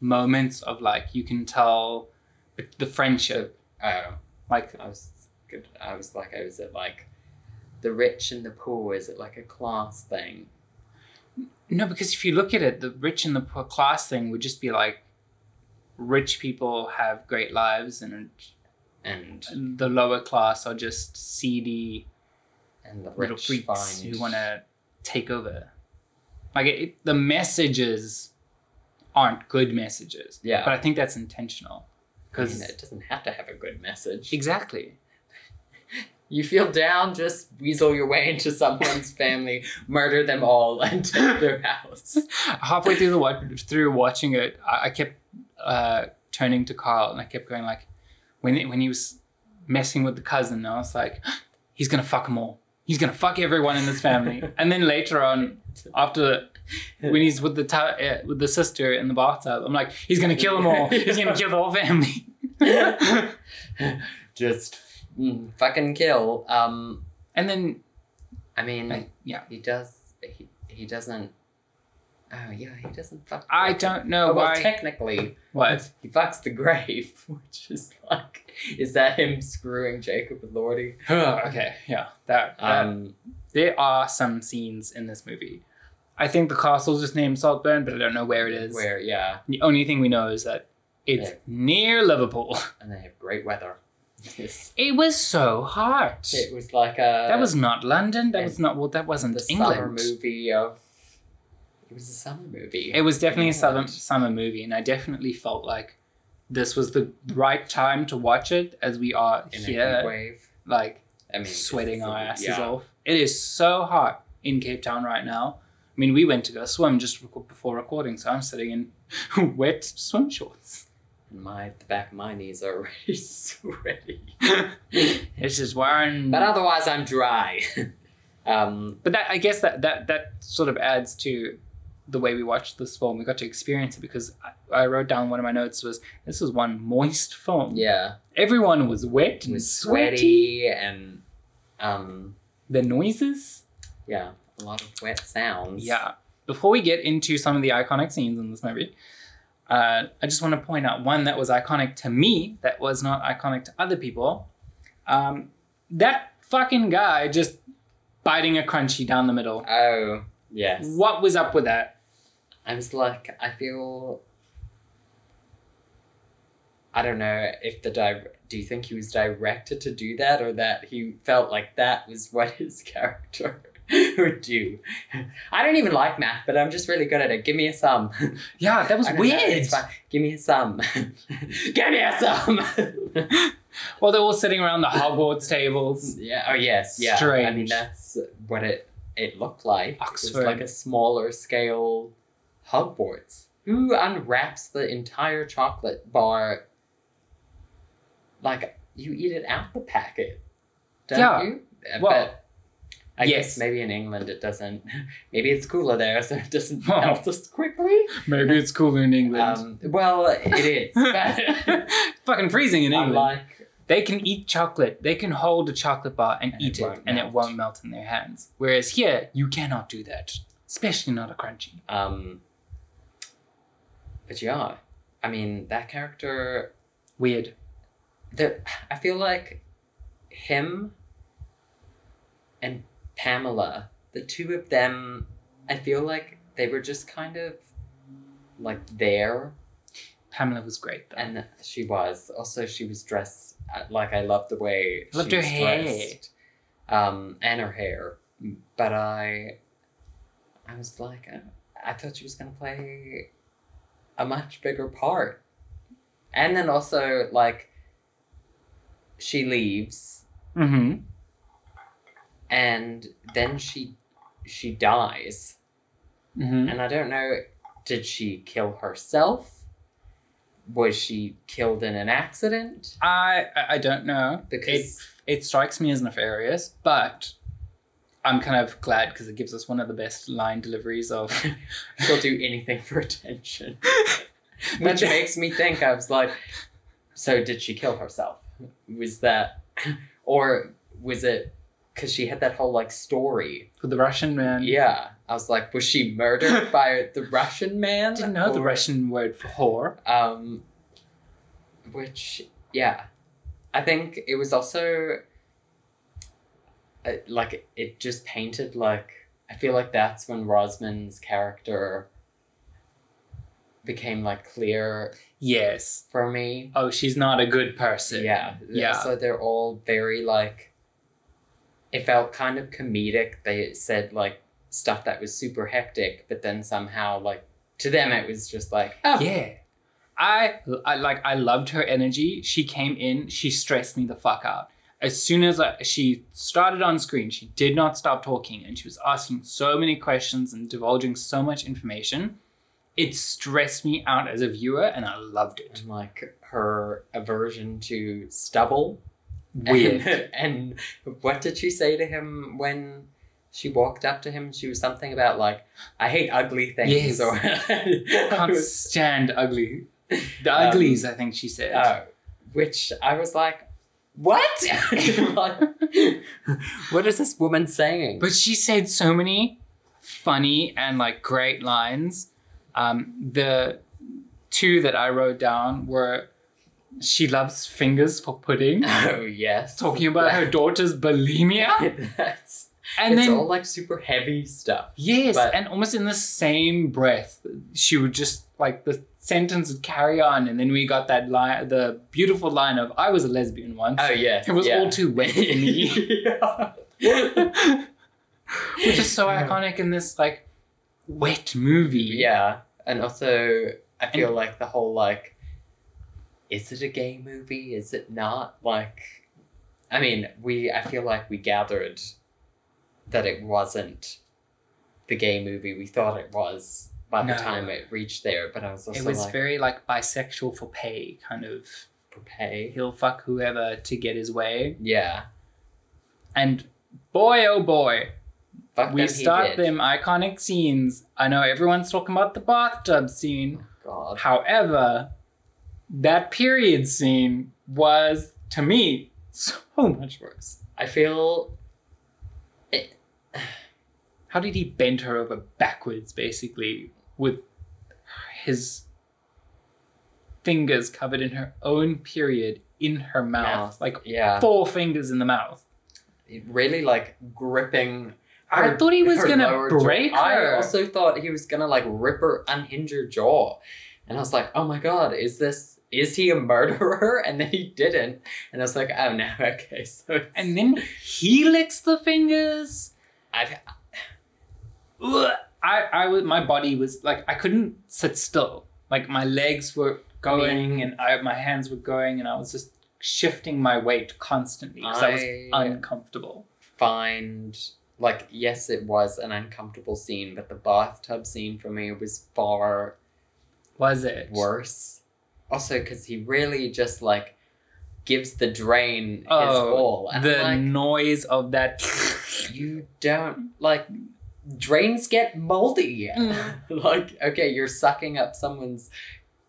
[SPEAKER 3] moments of like you can tell the friendship,
[SPEAKER 2] oh
[SPEAKER 3] like
[SPEAKER 2] I was good I was like I was at like the rich and the poor is it like a class thing
[SPEAKER 3] No, because if you look at it, the rich and the poor class thing would just be like rich people have great lives and
[SPEAKER 2] and
[SPEAKER 3] the lower class are just seedy
[SPEAKER 2] and the
[SPEAKER 3] little
[SPEAKER 2] rich
[SPEAKER 3] freaks
[SPEAKER 2] find
[SPEAKER 3] who want to take over. Like it, it- the messages aren't good messages.
[SPEAKER 2] Yeah.
[SPEAKER 3] But I think that's intentional.
[SPEAKER 2] I mean,
[SPEAKER 3] Because
[SPEAKER 2] it doesn't have to have a good message
[SPEAKER 3] exactly.
[SPEAKER 2] you feel down just weasel your way into
[SPEAKER 3] *laughs*
[SPEAKER 2] someone's family murder them all and *laughs* take their
[SPEAKER 3] *laughs*
[SPEAKER 2] house
[SPEAKER 3] halfway through the wa- through watching it, I, I kept uh, turning to Carl and I kept going like, when it- when he was messing with the cousin, I was like, *gasps* he's gonna fuck them all. He's gonna fuck everyone in
[SPEAKER 2] *laughs*
[SPEAKER 3] this family. and then later on, after when he's with the ta- uh, with the sister in the bathtub, I'm like, he's gonna kill
[SPEAKER 2] *laughs*
[SPEAKER 3] them all. He's gonna kill the whole family.
[SPEAKER 2] just mm, fucking kill um
[SPEAKER 3] and then
[SPEAKER 2] I mean
[SPEAKER 3] like, yeah,
[SPEAKER 2] he does he, he doesn't oh yeah he doesn't fuck
[SPEAKER 3] I
[SPEAKER 2] them.
[SPEAKER 3] don't know
[SPEAKER 2] Oh, well,
[SPEAKER 3] why.
[SPEAKER 2] technically
[SPEAKER 3] what?
[SPEAKER 2] He fucks the grave, *laughs* which is like, is that him screwing Jacob and Lordy?
[SPEAKER 3] okay, yeah, that. that
[SPEAKER 2] Um,
[SPEAKER 3] There are some scenes in this movie. I think the castle's just named Saltburn, but I don't know where it is.
[SPEAKER 2] where, yeah,
[SPEAKER 3] The only thing we know is that it's
[SPEAKER 2] Yeah.
[SPEAKER 3] near Liverpool. *laughs*
[SPEAKER 2] and they have great weather. Yes.
[SPEAKER 3] It was so hot.
[SPEAKER 2] It was like a.
[SPEAKER 3] that was not London. That
[SPEAKER 2] and
[SPEAKER 3] was not well. That wasn't
[SPEAKER 2] the summer
[SPEAKER 3] England.
[SPEAKER 2] movie of. It was a summer movie.
[SPEAKER 3] It was definitely a summer
[SPEAKER 2] England.
[SPEAKER 3] summer movie, and I definitely felt like this was the right time to watch it, as we are
[SPEAKER 2] in a heat
[SPEAKER 3] here,
[SPEAKER 2] wave.
[SPEAKER 3] like
[SPEAKER 2] I mean, this
[SPEAKER 3] sweating
[SPEAKER 2] is a-
[SPEAKER 3] our asses
[SPEAKER 2] yeah.
[SPEAKER 3] off. It is so hot in Cape Town right now. I mean, we went to go swim just reco- before recording, so I'm sitting in *laughs* wet swim shorts.
[SPEAKER 2] And my the back of my knees are *laughs* already
[SPEAKER 3] *laughs*
[SPEAKER 2] sweaty.
[SPEAKER 3] It's just wearing.
[SPEAKER 2] but otherwise, I'm dry. *laughs* um,
[SPEAKER 3] but that I guess that that that sort of adds to the way we watched this film. We got to experience it because I, I wrote down one of my notes was this was one moist film.
[SPEAKER 2] yeah,
[SPEAKER 3] Everyone was wet
[SPEAKER 2] it
[SPEAKER 3] and
[SPEAKER 2] was
[SPEAKER 3] sweaty.
[SPEAKER 2] sweaty and um,
[SPEAKER 3] The noises.
[SPEAKER 2] yeah, a lot of wet sounds.
[SPEAKER 3] Yeah. Before we get into some of the iconic scenes in this movie, uh, I just want to point out one that was iconic to me that was not iconic to other people. Um, that fucking guy just biting a crunchy down the middle.
[SPEAKER 2] Oh, yes.
[SPEAKER 3] What was up with that?
[SPEAKER 2] I was like, I feel. I don't know if the di- do you think he was directed to do that or that he felt like that was what *laughs* his character would do. I don't even like math, but I'm just really good at it. Give me a sum.
[SPEAKER 3] Yeah, that was
[SPEAKER 2] I don't know,
[SPEAKER 3] weird.
[SPEAKER 2] it's fine. Give me a sum. *laughs* Give me a sum. *laughs*
[SPEAKER 3] Well, they're all sitting around the Hogwarts tables.
[SPEAKER 2] yeah. Oh yes. Yeah. I mean
[SPEAKER 3] Strange.
[SPEAKER 2] that's what it it looked like. It was
[SPEAKER 3] Oxford.
[SPEAKER 2] like a smaller scale Hogwarts. who unwraps the entire chocolate bar? Like you eat it out the packet, don't
[SPEAKER 3] Yeah.
[SPEAKER 2] you? Uh,
[SPEAKER 3] Well,
[SPEAKER 2] but I
[SPEAKER 3] yes.
[SPEAKER 2] guess maybe in England it doesn't. *laughs* Maybe it's cooler there, so it doesn't
[SPEAKER 3] Oh.
[SPEAKER 2] melt as quickly.
[SPEAKER 3] Maybe it's cooler in England.
[SPEAKER 2] Um, well, it is.
[SPEAKER 3] Um, *laughs*
[SPEAKER 2] but
[SPEAKER 3] Fucking freezing in England.
[SPEAKER 2] Unlike
[SPEAKER 3] They can eat chocolate. They can hold a chocolate bar and,
[SPEAKER 2] And it
[SPEAKER 3] eat it,
[SPEAKER 2] won't
[SPEAKER 3] and it
[SPEAKER 2] melt.
[SPEAKER 3] won't melt in their hands. Whereas here, you cannot do that, especially not a crunchy.
[SPEAKER 2] um, but yeah, I mean that character
[SPEAKER 3] Weird.
[SPEAKER 2] there I feel like him and Pamela, the two of them, I feel like they were just kind of like there
[SPEAKER 3] Pamela was great though.
[SPEAKER 2] and she was also she was dressed uh, like I love the way
[SPEAKER 3] I loved
[SPEAKER 2] she
[SPEAKER 3] her
[SPEAKER 2] was
[SPEAKER 3] hair.
[SPEAKER 2] dressed, um and her hair but I I was like I, I thought she was going to play a much bigger part and then also like she leaves
[SPEAKER 3] mm-hmm.
[SPEAKER 2] and then she she dies
[SPEAKER 3] Mm-hmm.
[SPEAKER 2] and I don't know, did she kill herself? Was she killed in an accident?
[SPEAKER 3] I I- I don't know.
[SPEAKER 2] Because
[SPEAKER 3] It strikes me as nefarious, but I'm kind of glad because it gives us one of the best line deliveries of.
[SPEAKER 2] she'll do anything for *laughs*
[SPEAKER 3] *laughs*
[SPEAKER 2] attention.
[SPEAKER 3] But-
[SPEAKER 2] Which makes me think, I was like, so did she kill herself? Was that, *clears throat* or was it because she had that whole like story?
[SPEAKER 3] with the Russian man.
[SPEAKER 2] Yeah. I was like, was she
[SPEAKER 3] *laughs*
[SPEAKER 2] murdered by the Russian man?
[SPEAKER 3] I didn't know the
[SPEAKER 2] Or-
[SPEAKER 3] Russian word for whore.
[SPEAKER 2] Um, which, yeah, I think it was also uh, like it just painted like I feel like that's when Rosman's character became like clear
[SPEAKER 3] Yes.
[SPEAKER 2] for me.
[SPEAKER 3] Oh, she's not a good person.
[SPEAKER 2] yeah,
[SPEAKER 3] Yeah.
[SPEAKER 2] So they're all very like. It felt kind of comedic. They said like stuff that was super hectic, but then somehow like to them it was just like
[SPEAKER 3] *laughs*
[SPEAKER 2] oh
[SPEAKER 3] Yeah. I, I like I loved her energy. She came in, she stressed me the fuck out. As soon as I, she started on screen, she did not stop talking and she was asking so many questions and divulging so much information. It stressed me out as a viewer and I loved it.
[SPEAKER 2] and like her aversion to stubble.
[SPEAKER 3] *laughs* Weird.
[SPEAKER 2] And, and what did she say to him when she walked up to him? She was something about like, I hate ugly things.
[SPEAKER 3] Yes.
[SPEAKER 2] Or *laughs*
[SPEAKER 3] *laughs* Can't stand ugly. The uglies, I think she said.
[SPEAKER 2] Oh, which I was like, what? *laughs* Like,
[SPEAKER 1] What is this woman saying?
[SPEAKER 3] But she said so many funny and like great lines. Um, the two that I wrote down were she loves fingers for pudding, *laughs*
[SPEAKER 2] oh yes.
[SPEAKER 3] talking about her daughter's bulimia,
[SPEAKER 2] *laughs* That's,
[SPEAKER 3] and
[SPEAKER 2] it's
[SPEAKER 3] then
[SPEAKER 2] all like super heavy stuff.
[SPEAKER 3] yes,
[SPEAKER 2] but-
[SPEAKER 3] and almost in the same breath, she would just like the sentence would carry on, and then we got that line, the beautiful line of "I was a lesbian once."
[SPEAKER 2] Oh yes.
[SPEAKER 3] It was
[SPEAKER 2] yeah.
[SPEAKER 3] all *laughs* too wet
[SPEAKER 2] *laughs*
[SPEAKER 3] for me.
[SPEAKER 2] yeah. *laughs*
[SPEAKER 3] Which is so iconic in this like wet movie.
[SPEAKER 2] Yeah, and also I feel like the whole like, is it a gay movie? Is it not? Like, I mean, we I feel like we gathered that it wasn't the gay movie we thought it was by the
[SPEAKER 3] No.
[SPEAKER 2] time it reached there. But I was also
[SPEAKER 3] it was
[SPEAKER 2] like,
[SPEAKER 3] very like bisexual for pay kind of
[SPEAKER 2] for pay.
[SPEAKER 3] he'll fuck whoever to get his way
[SPEAKER 2] Yeah,
[SPEAKER 3] and boy oh boy
[SPEAKER 2] fuck
[SPEAKER 3] we
[SPEAKER 2] them, he
[SPEAKER 3] start
[SPEAKER 2] did.
[SPEAKER 3] them iconic scenes i know everyone's talking about the bathtub scene
[SPEAKER 2] Oh, God,
[SPEAKER 3] however that period scene was to me *laughs* so much worse
[SPEAKER 2] I feel
[SPEAKER 3] how did he bend her over backwards basically with his fingers covered in her own period in her mouth.
[SPEAKER 2] Mouth.
[SPEAKER 3] like
[SPEAKER 2] yeah,
[SPEAKER 3] four fingers in the mouth
[SPEAKER 2] it really like gripping
[SPEAKER 3] I thought he was
[SPEAKER 2] her
[SPEAKER 3] gonna
[SPEAKER 2] lower jaw.
[SPEAKER 3] break her.
[SPEAKER 2] I also thought he was gonna like rip her unhindered jaw, and I was like, "Oh my god, is this? Is he a murderer?" *laughs* And then he didn't, and I was like, "Oh no, *laughs* okay." So it's,
[SPEAKER 3] and then he licks the fingers.
[SPEAKER 2] I've,
[SPEAKER 3] Ugh. I, I was, my body was like, I couldn't sit still. Like my legs were going, and I, my hands were going, and I was just shifting my weight constantly because I, was
[SPEAKER 2] I-
[SPEAKER 3] uncomfortable.
[SPEAKER 2] find like yes, it was an uncomfortable scene, but the bathtub scene for me was far
[SPEAKER 3] was it?
[SPEAKER 1] worse.
[SPEAKER 2] Also, because he really just like gives the drain his
[SPEAKER 3] Oh,
[SPEAKER 2] all. And
[SPEAKER 3] the
[SPEAKER 2] I'm
[SPEAKER 3] noise of that.
[SPEAKER 2] like, you don't like drains get moldy. *laughs* like, okay, you're sucking up someone's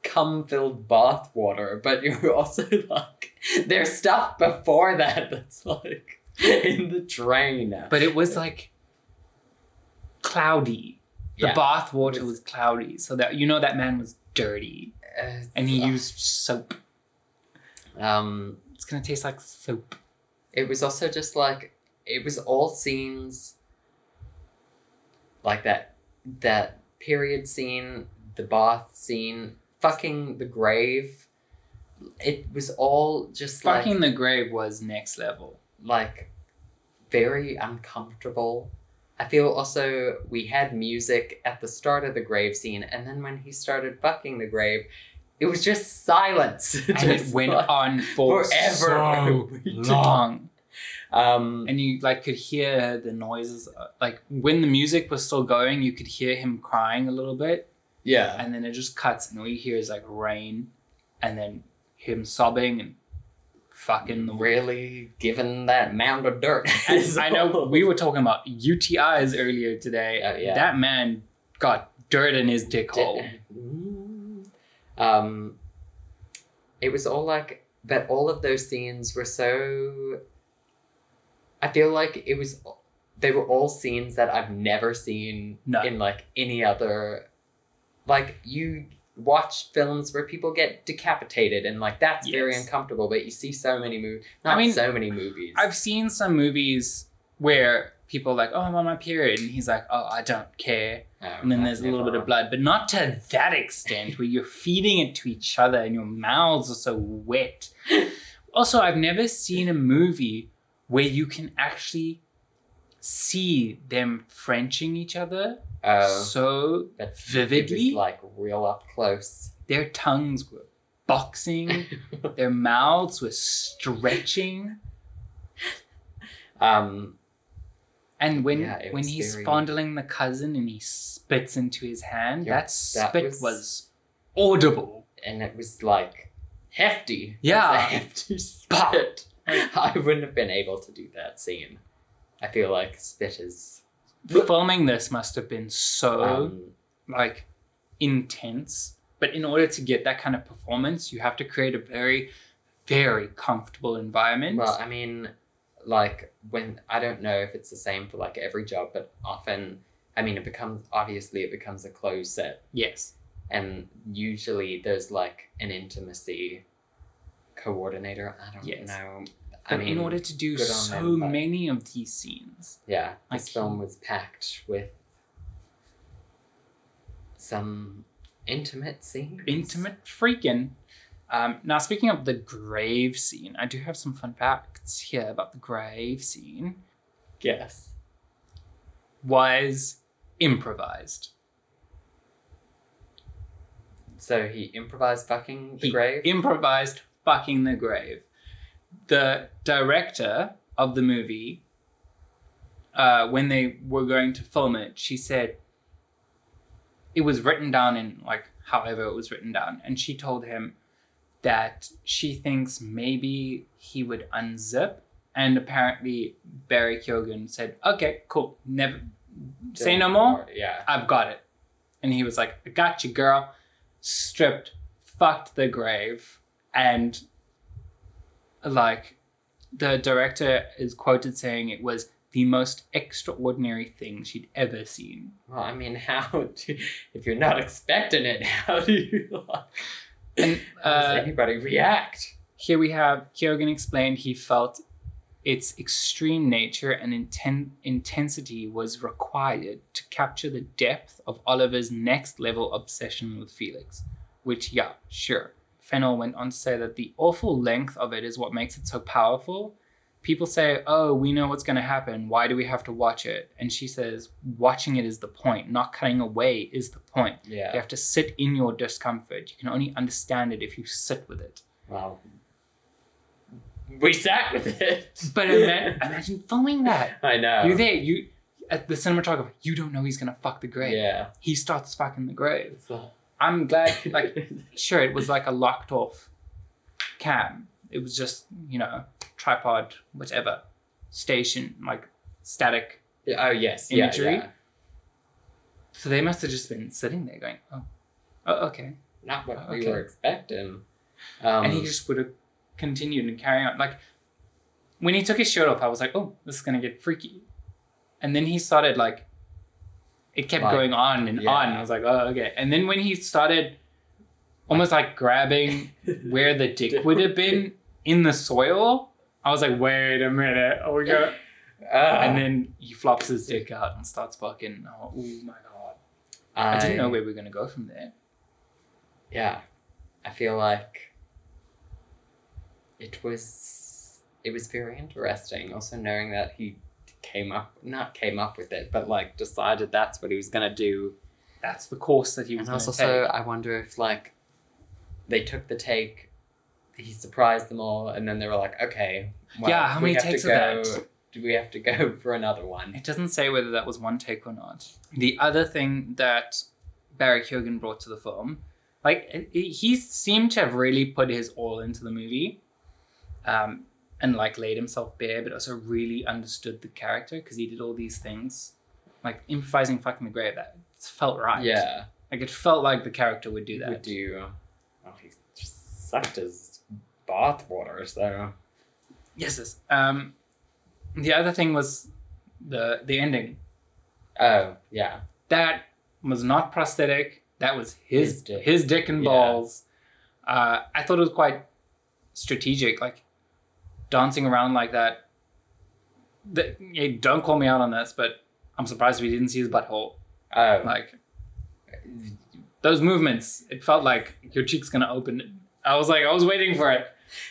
[SPEAKER 2] cum filled bath water, but you're *laughs* also like there's stuff before that that's like *laughs* in the drain.
[SPEAKER 3] but it was like cloudy. The
[SPEAKER 2] Yeah.
[SPEAKER 3] bath water was cloudy, so that you know that man was dirty,
[SPEAKER 2] Uh,
[SPEAKER 3] and he
[SPEAKER 2] ugh.
[SPEAKER 3] used soap.
[SPEAKER 2] um
[SPEAKER 3] It's gonna taste like soap.
[SPEAKER 2] it was also just like it was all scenes like that that period scene the bath scene fucking the grave it was all just like
[SPEAKER 3] Fucking the grave was
[SPEAKER 2] *laughs*
[SPEAKER 3] next level.
[SPEAKER 2] like very uncomfortable i feel also we had music at the start of the grave scene and then when he started fucking the grave it was just silence *laughs*
[SPEAKER 3] And it
[SPEAKER 2] Just
[SPEAKER 3] went
[SPEAKER 2] like-
[SPEAKER 3] on for
[SPEAKER 2] forever. *laughs*
[SPEAKER 3] so
[SPEAKER 2] We did.
[SPEAKER 3] long.
[SPEAKER 2] um
[SPEAKER 3] and you like could hear the noises uh, like when the music was still going you could hear him crying a little bit
[SPEAKER 2] yeah
[SPEAKER 3] and then it just cuts and all you hear is like rain and then him sobbing and fucking the
[SPEAKER 2] really given that mound of dirt.
[SPEAKER 3] *laughs* And i know *laughs* we were talking about utis earlier today
[SPEAKER 2] Oh, yeah.
[SPEAKER 3] that man got dirt in his dick hole
[SPEAKER 2] Um, it was all like, but all of those scenes were so. I feel like it was, they were all scenes that I've never seen
[SPEAKER 3] No.
[SPEAKER 2] in like any other, like you watch films where people get decapitated and like that's very
[SPEAKER 3] Yes.
[SPEAKER 2] uncomfortable, but you see so many movies,
[SPEAKER 3] I
[SPEAKER 2] not
[SPEAKER 3] mean,
[SPEAKER 2] so many movies.
[SPEAKER 3] i've seen some movies where people are like oh i'm on my period and he's like oh i don't care
[SPEAKER 2] Um,
[SPEAKER 3] And then there's a little bit of blood, but not to that extent where you're feeding it to each other and your mouths are so wet. Also, I've never seen a movie where you can actually see them Frenching each other
[SPEAKER 2] Oh.
[SPEAKER 3] so
[SPEAKER 2] But
[SPEAKER 3] vividly.
[SPEAKER 2] Just, like real up close.
[SPEAKER 3] Their tongues were boxing, their mouths were stretching.
[SPEAKER 2] Um,
[SPEAKER 3] And when
[SPEAKER 2] Yeah, it
[SPEAKER 3] when
[SPEAKER 2] was
[SPEAKER 3] he's
[SPEAKER 2] very-
[SPEAKER 3] fondling the cousin and he spits into his hand,
[SPEAKER 2] Yeah,
[SPEAKER 3] that
[SPEAKER 2] that
[SPEAKER 3] spit
[SPEAKER 2] was-
[SPEAKER 3] was audible.
[SPEAKER 2] and it was like hefty. It was
[SPEAKER 3] Yeah.
[SPEAKER 2] a hefty *laughs*
[SPEAKER 3] Bah.
[SPEAKER 2] spit. I wouldn't have been able to do that scene. I feel like spit is
[SPEAKER 3] filming this must have been so
[SPEAKER 2] um,
[SPEAKER 3] like intense but in order to get that kind of performance you have to create a very very comfortable environment
[SPEAKER 2] well. I mean, like when I don't know if it's the same for like every job, but often, I mean, it becomes obviously it becomes a closed set
[SPEAKER 3] yes
[SPEAKER 2] and usually there's like an intimacy coordinator. I don't
[SPEAKER 3] Yes.
[SPEAKER 2] know. I
[SPEAKER 3] but
[SPEAKER 2] mean,
[SPEAKER 3] in order to do
[SPEAKER 2] good on
[SPEAKER 3] so
[SPEAKER 2] them, but-
[SPEAKER 3] many of these scenes
[SPEAKER 2] yeah, this
[SPEAKER 3] Like-
[SPEAKER 2] film was packed with some intimate scenes.
[SPEAKER 3] intimate freaking um, now speaking of the grave scene i do have some fun facts here about the grave scene
[SPEAKER 2] Yes.
[SPEAKER 3] was improvised
[SPEAKER 2] So he improvised fucking the
[SPEAKER 3] He
[SPEAKER 2] grave.
[SPEAKER 3] improvised fucking the grave. The director of the movie, uh, when they were going to film it, she said it was written down in like however it was written down, and she told him that she thinks maybe he would unzip, and apparently Barry Keoghan said, "Okay, cool, never say no
[SPEAKER 2] Dylan
[SPEAKER 3] more."
[SPEAKER 2] Ward, Yeah.
[SPEAKER 3] I've got it. And he was like, I got you, girl. Stripped, fucked the grave. And like, the director is quoted saying it was the most extraordinary thing she'd ever seen.
[SPEAKER 2] Well, I mean, *laughs* how do, if you're not expecting it, *laughs* how do you like?
[SPEAKER 3] And
[SPEAKER 2] how does
[SPEAKER 3] uh,
[SPEAKER 2] anybody react?
[SPEAKER 3] here we have Kyogen explained he felt its extreme nature and inten- intensity was required to capture the depth of Oliver's next level obsession with Felix. Which, yeah, sure. Fennel went on to say that the awful length of it is what makes it so powerful. People say, oh, we know what's going to happen. Why do we have to watch it? And she says, watching it is the point. Not cutting away is the point. You
[SPEAKER 2] Yeah.
[SPEAKER 3] have to sit in your discomfort. You can only understand it if you sit with it.
[SPEAKER 2] Well, we sat with it.
[SPEAKER 3] But ima- imagine filming that.
[SPEAKER 2] *laughs* I know.
[SPEAKER 3] You're there. You at the cinematographer. You don't know he's gonna fuck the grave.
[SPEAKER 2] Yeah. Oh,
[SPEAKER 3] He starts fucking the grave,
[SPEAKER 2] It's a-
[SPEAKER 3] I'm glad, like, sure, it was like a locked off cam. It was just, you know, tripod, whatever, station, like static.
[SPEAKER 2] oh yes,
[SPEAKER 3] Imagery?
[SPEAKER 2] Yeah, yeah.
[SPEAKER 3] So they must have just been sitting there going, oh, oh okay.
[SPEAKER 2] Not what we
[SPEAKER 3] Oh, Okay.
[SPEAKER 2] were expecting. Um,
[SPEAKER 3] and he just would have continued and carry on. Like when he took his shirt off, I was like, "Oh, this is gonna get freaky," and then he started like, it kept
[SPEAKER 2] Like,
[SPEAKER 3] going on and
[SPEAKER 2] yeah.
[SPEAKER 3] on. I was like, "Oh, okay." And then when he started, almost like grabbing where the dick would have been in the soil, I was like, "Wait a minute, oh yeah!"
[SPEAKER 2] Ah.
[SPEAKER 3] And then he flops his dick out and starts barking. Oh, oh my god!
[SPEAKER 2] I,
[SPEAKER 3] I didn't know where we were gonna go from there.
[SPEAKER 2] Yeah, I feel like it was it was very interesting. Also knowing that he came up not came up with it, but like decided that's what he was gonna do.
[SPEAKER 3] That's the course that he was
[SPEAKER 1] And
[SPEAKER 3] gonna
[SPEAKER 1] also,
[SPEAKER 3] take.
[SPEAKER 1] so I wonder if
[SPEAKER 2] Like they took the take, he surprised them all, and then they were like, okay, well,
[SPEAKER 3] Yeah, how
[SPEAKER 2] we
[SPEAKER 3] many
[SPEAKER 2] have to
[SPEAKER 3] takes of
[SPEAKER 2] go-
[SPEAKER 3] that?
[SPEAKER 2] Do *laughs* we have to go for another one?
[SPEAKER 3] It doesn't say whether that was one take or not. The other thing that Barry Keoghan brought to the film, like he- he seemed to have really put his all into the movie, um, and like laid himself bare, but also really understood the character because he did all these things, like improvising "Fuck the Grave." That felt right.
[SPEAKER 2] Yeah,
[SPEAKER 3] like it felt like the character would do
[SPEAKER 2] we
[SPEAKER 3] that.
[SPEAKER 2] do. Oh, he just sucked his bathwater, so
[SPEAKER 3] Yes. yes. Um, the other thing was the the ending.
[SPEAKER 2] oh yeah.
[SPEAKER 3] that was not prosthetic. That was his
[SPEAKER 2] His
[SPEAKER 3] his
[SPEAKER 2] dick.
[SPEAKER 3] dick, and
[SPEAKER 2] Yeah.
[SPEAKER 3] balls. Uh, I thought it was quite strategic, like dancing around like that. The, yeah, don't call me out on this, but I'm surprised we didn't see his butthole.
[SPEAKER 2] Oh,
[SPEAKER 3] Like those movements, it felt like your cheek's gonna open. I was like, I was waiting for it.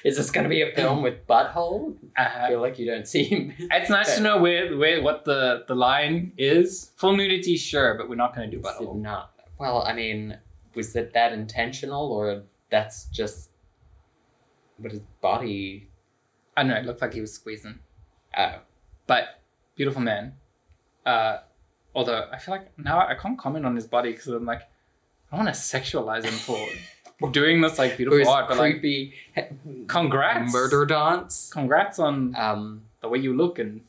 [SPEAKER 2] Is this gonna be a
[SPEAKER 3] *clears throat*
[SPEAKER 2] film with butthole? I
[SPEAKER 3] Uh,
[SPEAKER 2] feel like you don't *laughs* see him.
[SPEAKER 3] it's nice to know where where what the the line is. Full nudity, sure, but we're not gonna do
[SPEAKER 2] Did
[SPEAKER 3] butthole.
[SPEAKER 2] not. Well, I mean, was it that intentional or that's just but his body
[SPEAKER 3] I don't know. It looked like he was squeezing. Uh,
[SPEAKER 2] oh.
[SPEAKER 3] but beautiful man. Uh, although I feel like now I can't comment on his body because I'm like, I want to sexualize him
[SPEAKER 2] *laughs*
[SPEAKER 3] for doing this like
[SPEAKER 2] It was
[SPEAKER 3] beautiful art. But like,
[SPEAKER 2] creepy
[SPEAKER 3] congrats,
[SPEAKER 1] murder dance.
[SPEAKER 3] Congrats on
[SPEAKER 2] um
[SPEAKER 3] the way you look and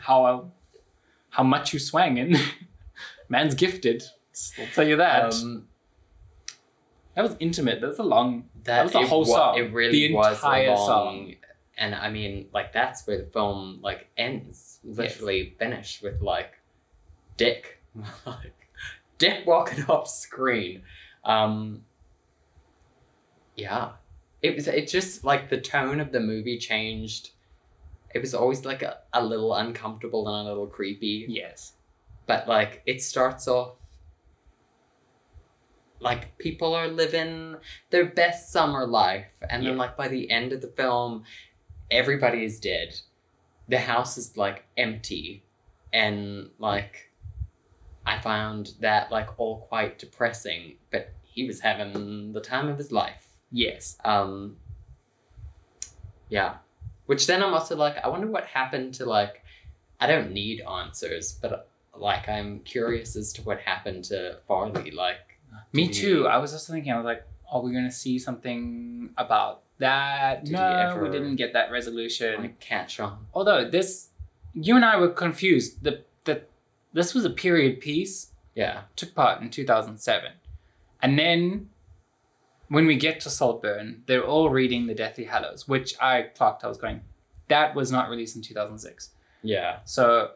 [SPEAKER 3] how how much you swang in. *laughs* Man's gifted. I'll tell you that.
[SPEAKER 2] um,
[SPEAKER 3] that was intimate. That's a long.
[SPEAKER 2] that,
[SPEAKER 3] was a
[SPEAKER 2] it
[SPEAKER 3] whole
[SPEAKER 2] wa-
[SPEAKER 3] song.
[SPEAKER 2] It really
[SPEAKER 3] The
[SPEAKER 2] was a
[SPEAKER 3] entire
[SPEAKER 2] long
[SPEAKER 3] song.
[SPEAKER 2] and I mean like that's where the film like ends. Literally finished with like Dick. *laughs* like Dick walking *laughs* off screen. Um Yeah. It was it just like the tone of the movie changed. It was always like a, a little uncomfortable and a little creepy.
[SPEAKER 3] Yes.
[SPEAKER 2] But like it starts off like people are living their best summer life and then
[SPEAKER 3] Yeah.
[SPEAKER 2] like by the end of the film everybody is dead. The house is like empty and like I found that like all quite depressing, but he was having the time of his life.
[SPEAKER 3] Yes.
[SPEAKER 2] Um, yeah. Which then I'm also like, I wonder what happened to like, I don't need answers, but like I'm curious as to what happened to Farley. Like,
[SPEAKER 3] Me
[SPEAKER 2] Did he-
[SPEAKER 3] too. I was also thinking, I was like, are we gonna see something about that?
[SPEAKER 2] Did he
[SPEAKER 3] no,
[SPEAKER 2] ever-
[SPEAKER 3] we didn't get that resolution.
[SPEAKER 2] like catch on.
[SPEAKER 3] Although this, you and I were confused. The the this was a period piece
[SPEAKER 2] Yeah.
[SPEAKER 3] took part in two thousand seven, and then when we get to Saltburn, they're all reading the Deathly Hallows, which I clocked. I was going, that was not released in two thousand six.
[SPEAKER 2] Yeah.
[SPEAKER 3] So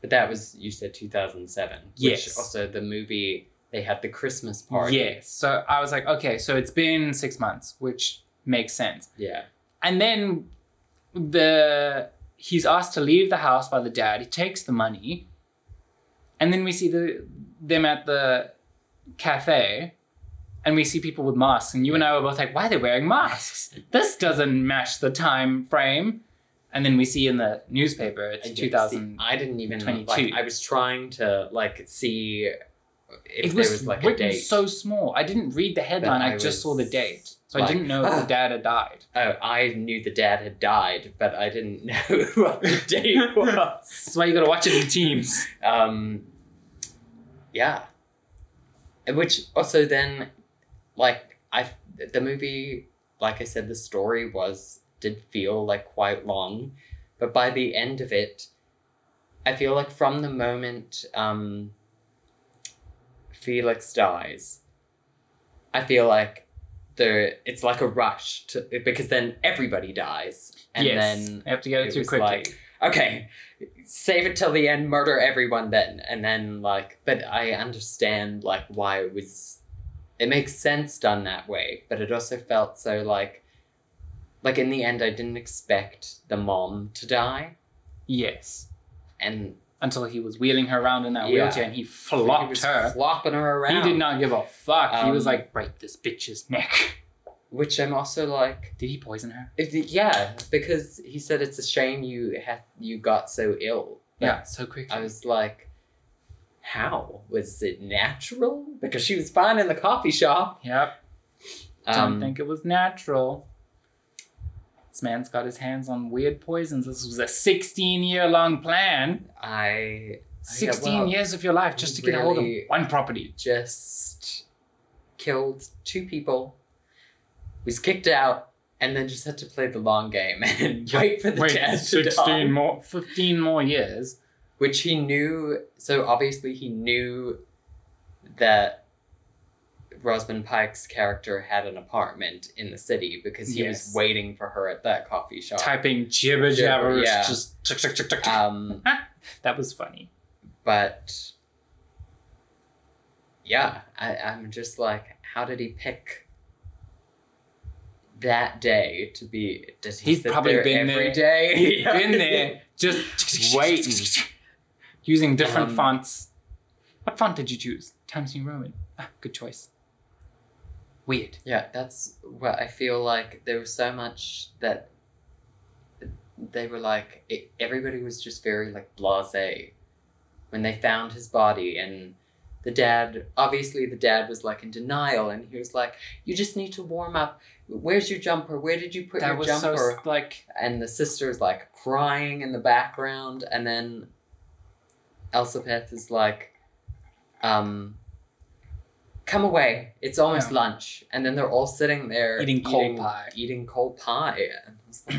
[SPEAKER 2] But that was, you said 2007. Which
[SPEAKER 3] Yes.
[SPEAKER 2] also the movie, they had the Christmas party.
[SPEAKER 3] yes. So I was like, okay, so it's been six months, which makes sense.
[SPEAKER 2] Yeah.
[SPEAKER 3] and then the he's asked to leave the house by the dad. He takes the money, and then we see the them at the cafe, and we see people with masks. And you and I were both like, "Why are they wearing
[SPEAKER 2] *laughs*
[SPEAKER 3] masks? This doesn't match the time frame." And then we see in the newspaper
[SPEAKER 2] I
[SPEAKER 3] it's
[SPEAKER 2] didn't see-
[SPEAKER 3] two thousand.
[SPEAKER 2] I didn't even, like,
[SPEAKER 3] 22.
[SPEAKER 2] I was trying to like see if
[SPEAKER 3] It
[SPEAKER 2] there
[SPEAKER 3] was,
[SPEAKER 2] was like a
[SPEAKER 3] written
[SPEAKER 2] date.
[SPEAKER 3] so small. I didn't read the headline. I,
[SPEAKER 2] I
[SPEAKER 3] just saw the
[SPEAKER 2] was
[SPEAKER 3] date, so
[SPEAKER 2] like,
[SPEAKER 3] I didn't know
[SPEAKER 2] "Ah."
[SPEAKER 3] the dad had died.
[SPEAKER 2] Oh, I knew the dad had died, but I didn't *laughs* know what the date was.
[SPEAKER 3] That's why you got to watch it in teams.
[SPEAKER 2] Um, yeah. Which also then, like I, the movie, like I said, the story was did feel like quite long, but by the end of it, I feel like from the moment um, Felix dies, I feel like the it's like a rush to because then everybody dies and
[SPEAKER 3] yes,
[SPEAKER 2] then
[SPEAKER 3] I have to go
[SPEAKER 2] it
[SPEAKER 3] too
[SPEAKER 2] was
[SPEAKER 3] quickly.
[SPEAKER 2] like- okay, save it till the end, murder everyone then, and then like, but I understand like why it was, it makes sense done that way, but it also felt so like, like in the end, I didn't expect the mom to die,
[SPEAKER 3] yes,
[SPEAKER 2] and
[SPEAKER 3] until he was wheeling her around in that
[SPEAKER 2] Yeah.
[SPEAKER 3] wheelchair and he
[SPEAKER 2] he
[SPEAKER 3] flopped
[SPEAKER 2] was
[SPEAKER 3] her.
[SPEAKER 2] flopping her around.
[SPEAKER 3] He did not give a fuck. he was
[SPEAKER 2] Um,
[SPEAKER 3] like, break this bitch's neck. *laughs*
[SPEAKER 2] which I'm also like,
[SPEAKER 3] Did he poison her?
[SPEAKER 2] if the- yeah, because he said it's a shame you had you got so ill. But
[SPEAKER 3] Yeah, so quickly.
[SPEAKER 2] I was like, how? Was it natural? Because she was fine in the coffee shop.
[SPEAKER 3] yep. Don't
[SPEAKER 2] Um,
[SPEAKER 3] think it was natural. This man's got his hands on weird poisons. This was a 16 year long plan.
[SPEAKER 2] I oh,
[SPEAKER 3] 16
[SPEAKER 2] well,
[SPEAKER 3] years of your life just to get a hold of
[SPEAKER 2] really-
[SPEAKER 3] one property.
[SPEAKER 2] just killed two people, was kicked out, and then just had to play the long game *laughs* and wait for *laughs* the
[SPEAKER 3] Wait,
[SPEAKER 2] chance to
[SPEAKER 3] 16
[SPEAKER 2] die.
[SPEAKER 3] more, 15 more years.
[SPEAKER 2] Which he knew. So obviously he knew that Rosamund Pike's character had an apartment in the city because he
[SPEAKER 3] Yes.
[SPEAKER 2] was waiting for her at that coffee shop.
[SPEAKER 3] Typing jibber jabber.
[SPEAKER 2] Oh. Yeah.
[SPEAKER 3] Just tick, tick, tick, tick, tick.
[SPEAKER 2] Um,
[SPEAKER 3] that was funny.
[SPEAKER 2] but yeah, I, I'm just like, how did he pick that day to be? Does he
[SPEAKER 3] He's
[SPEAKER 2] sit
[SPEAKER 3] probably
[SPEAKER 2] there
[SPEAKER 3] been
[SPEAKER 2] every
[SPEAKER 3] there.
[SPEAKER 2] day? *laughs*
[SPEAKER 3] He's been there just
[SPEAKER 1] Waiting.
[SPEAKER 3] using different
[SPEAKER 2] Um,
[SPEAKER 3] fonts. What font did you choose? Times New Roman. Ah, good choice. Weird.
[SPEAKER 2] Yeah, that's what I feel like. There was so much that they were like it, everybody was just very like blasé when they found his body and the dad obviously the dad was like in denial and he was like you just need to warm up where's your jumper where did you put
[SPEAKER 3] that
[SPEAKER 2] your
[SPEAKER 3] was
[SPEAKER 2] jumper
[SPEAKER 3] so s- like
[SPEAKER 2] and the sister's like crying in the background and then Elsepeth is like um come away it's almost
[SPEAKER 3] Yeah.
[SPEAKER 2] lunch and then they're all sitting there
[SPEAKER 3] Eating cold pie.
[SPEAKER 2] eating cold pie and I was
[SPEAKER 3] *laughs*
[SPEAKER 2] like,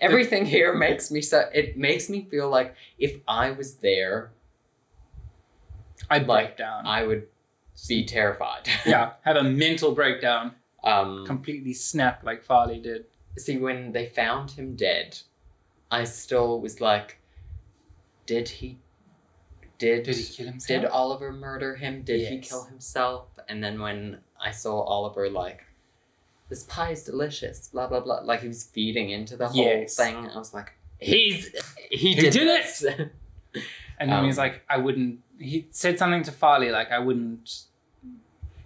[SPEAKER 2] everything here makes me so it makes me feel like if I was there
[SPEAKER 3] I
[SPEAKER 2] Like,
[SPEAKER 3] break down.
[SPEAKER 2] I would be terrified *laughs*
[SPEAKER 3] yeah, have a mental breakdown.
[SPEAKER 2] um
[SPEAKER 3] Completely snap like Farley did.
[SPEAKER 2] see when they found him dead i still was like did he did
[SPEAKER 3] Did he kill himself?
[SPEAKER 2] did oliver murder him did he
[SPEAKER 3] Yes.
[SPEAKER 2] kill himself and then when i saw oliver like this pie is delicious blah blah blah like he was feeding into the whole
[SPEAKER 3] Yes.
[SPEAKER 2] thing i was like he's he
[SPEAKER 3] He
[SPEAKER 2] did,
[SPEAKER 3] did
[SPEAKER 2] *laughs*
[SPEAKER 3] it!
[SPEAKER 2] this.
[SPEAKER 3] and then
[SPEAKER 2] um,
[SPEAKER 3] he's like, I wouldn't. He said something to Farley like, I wouldn't.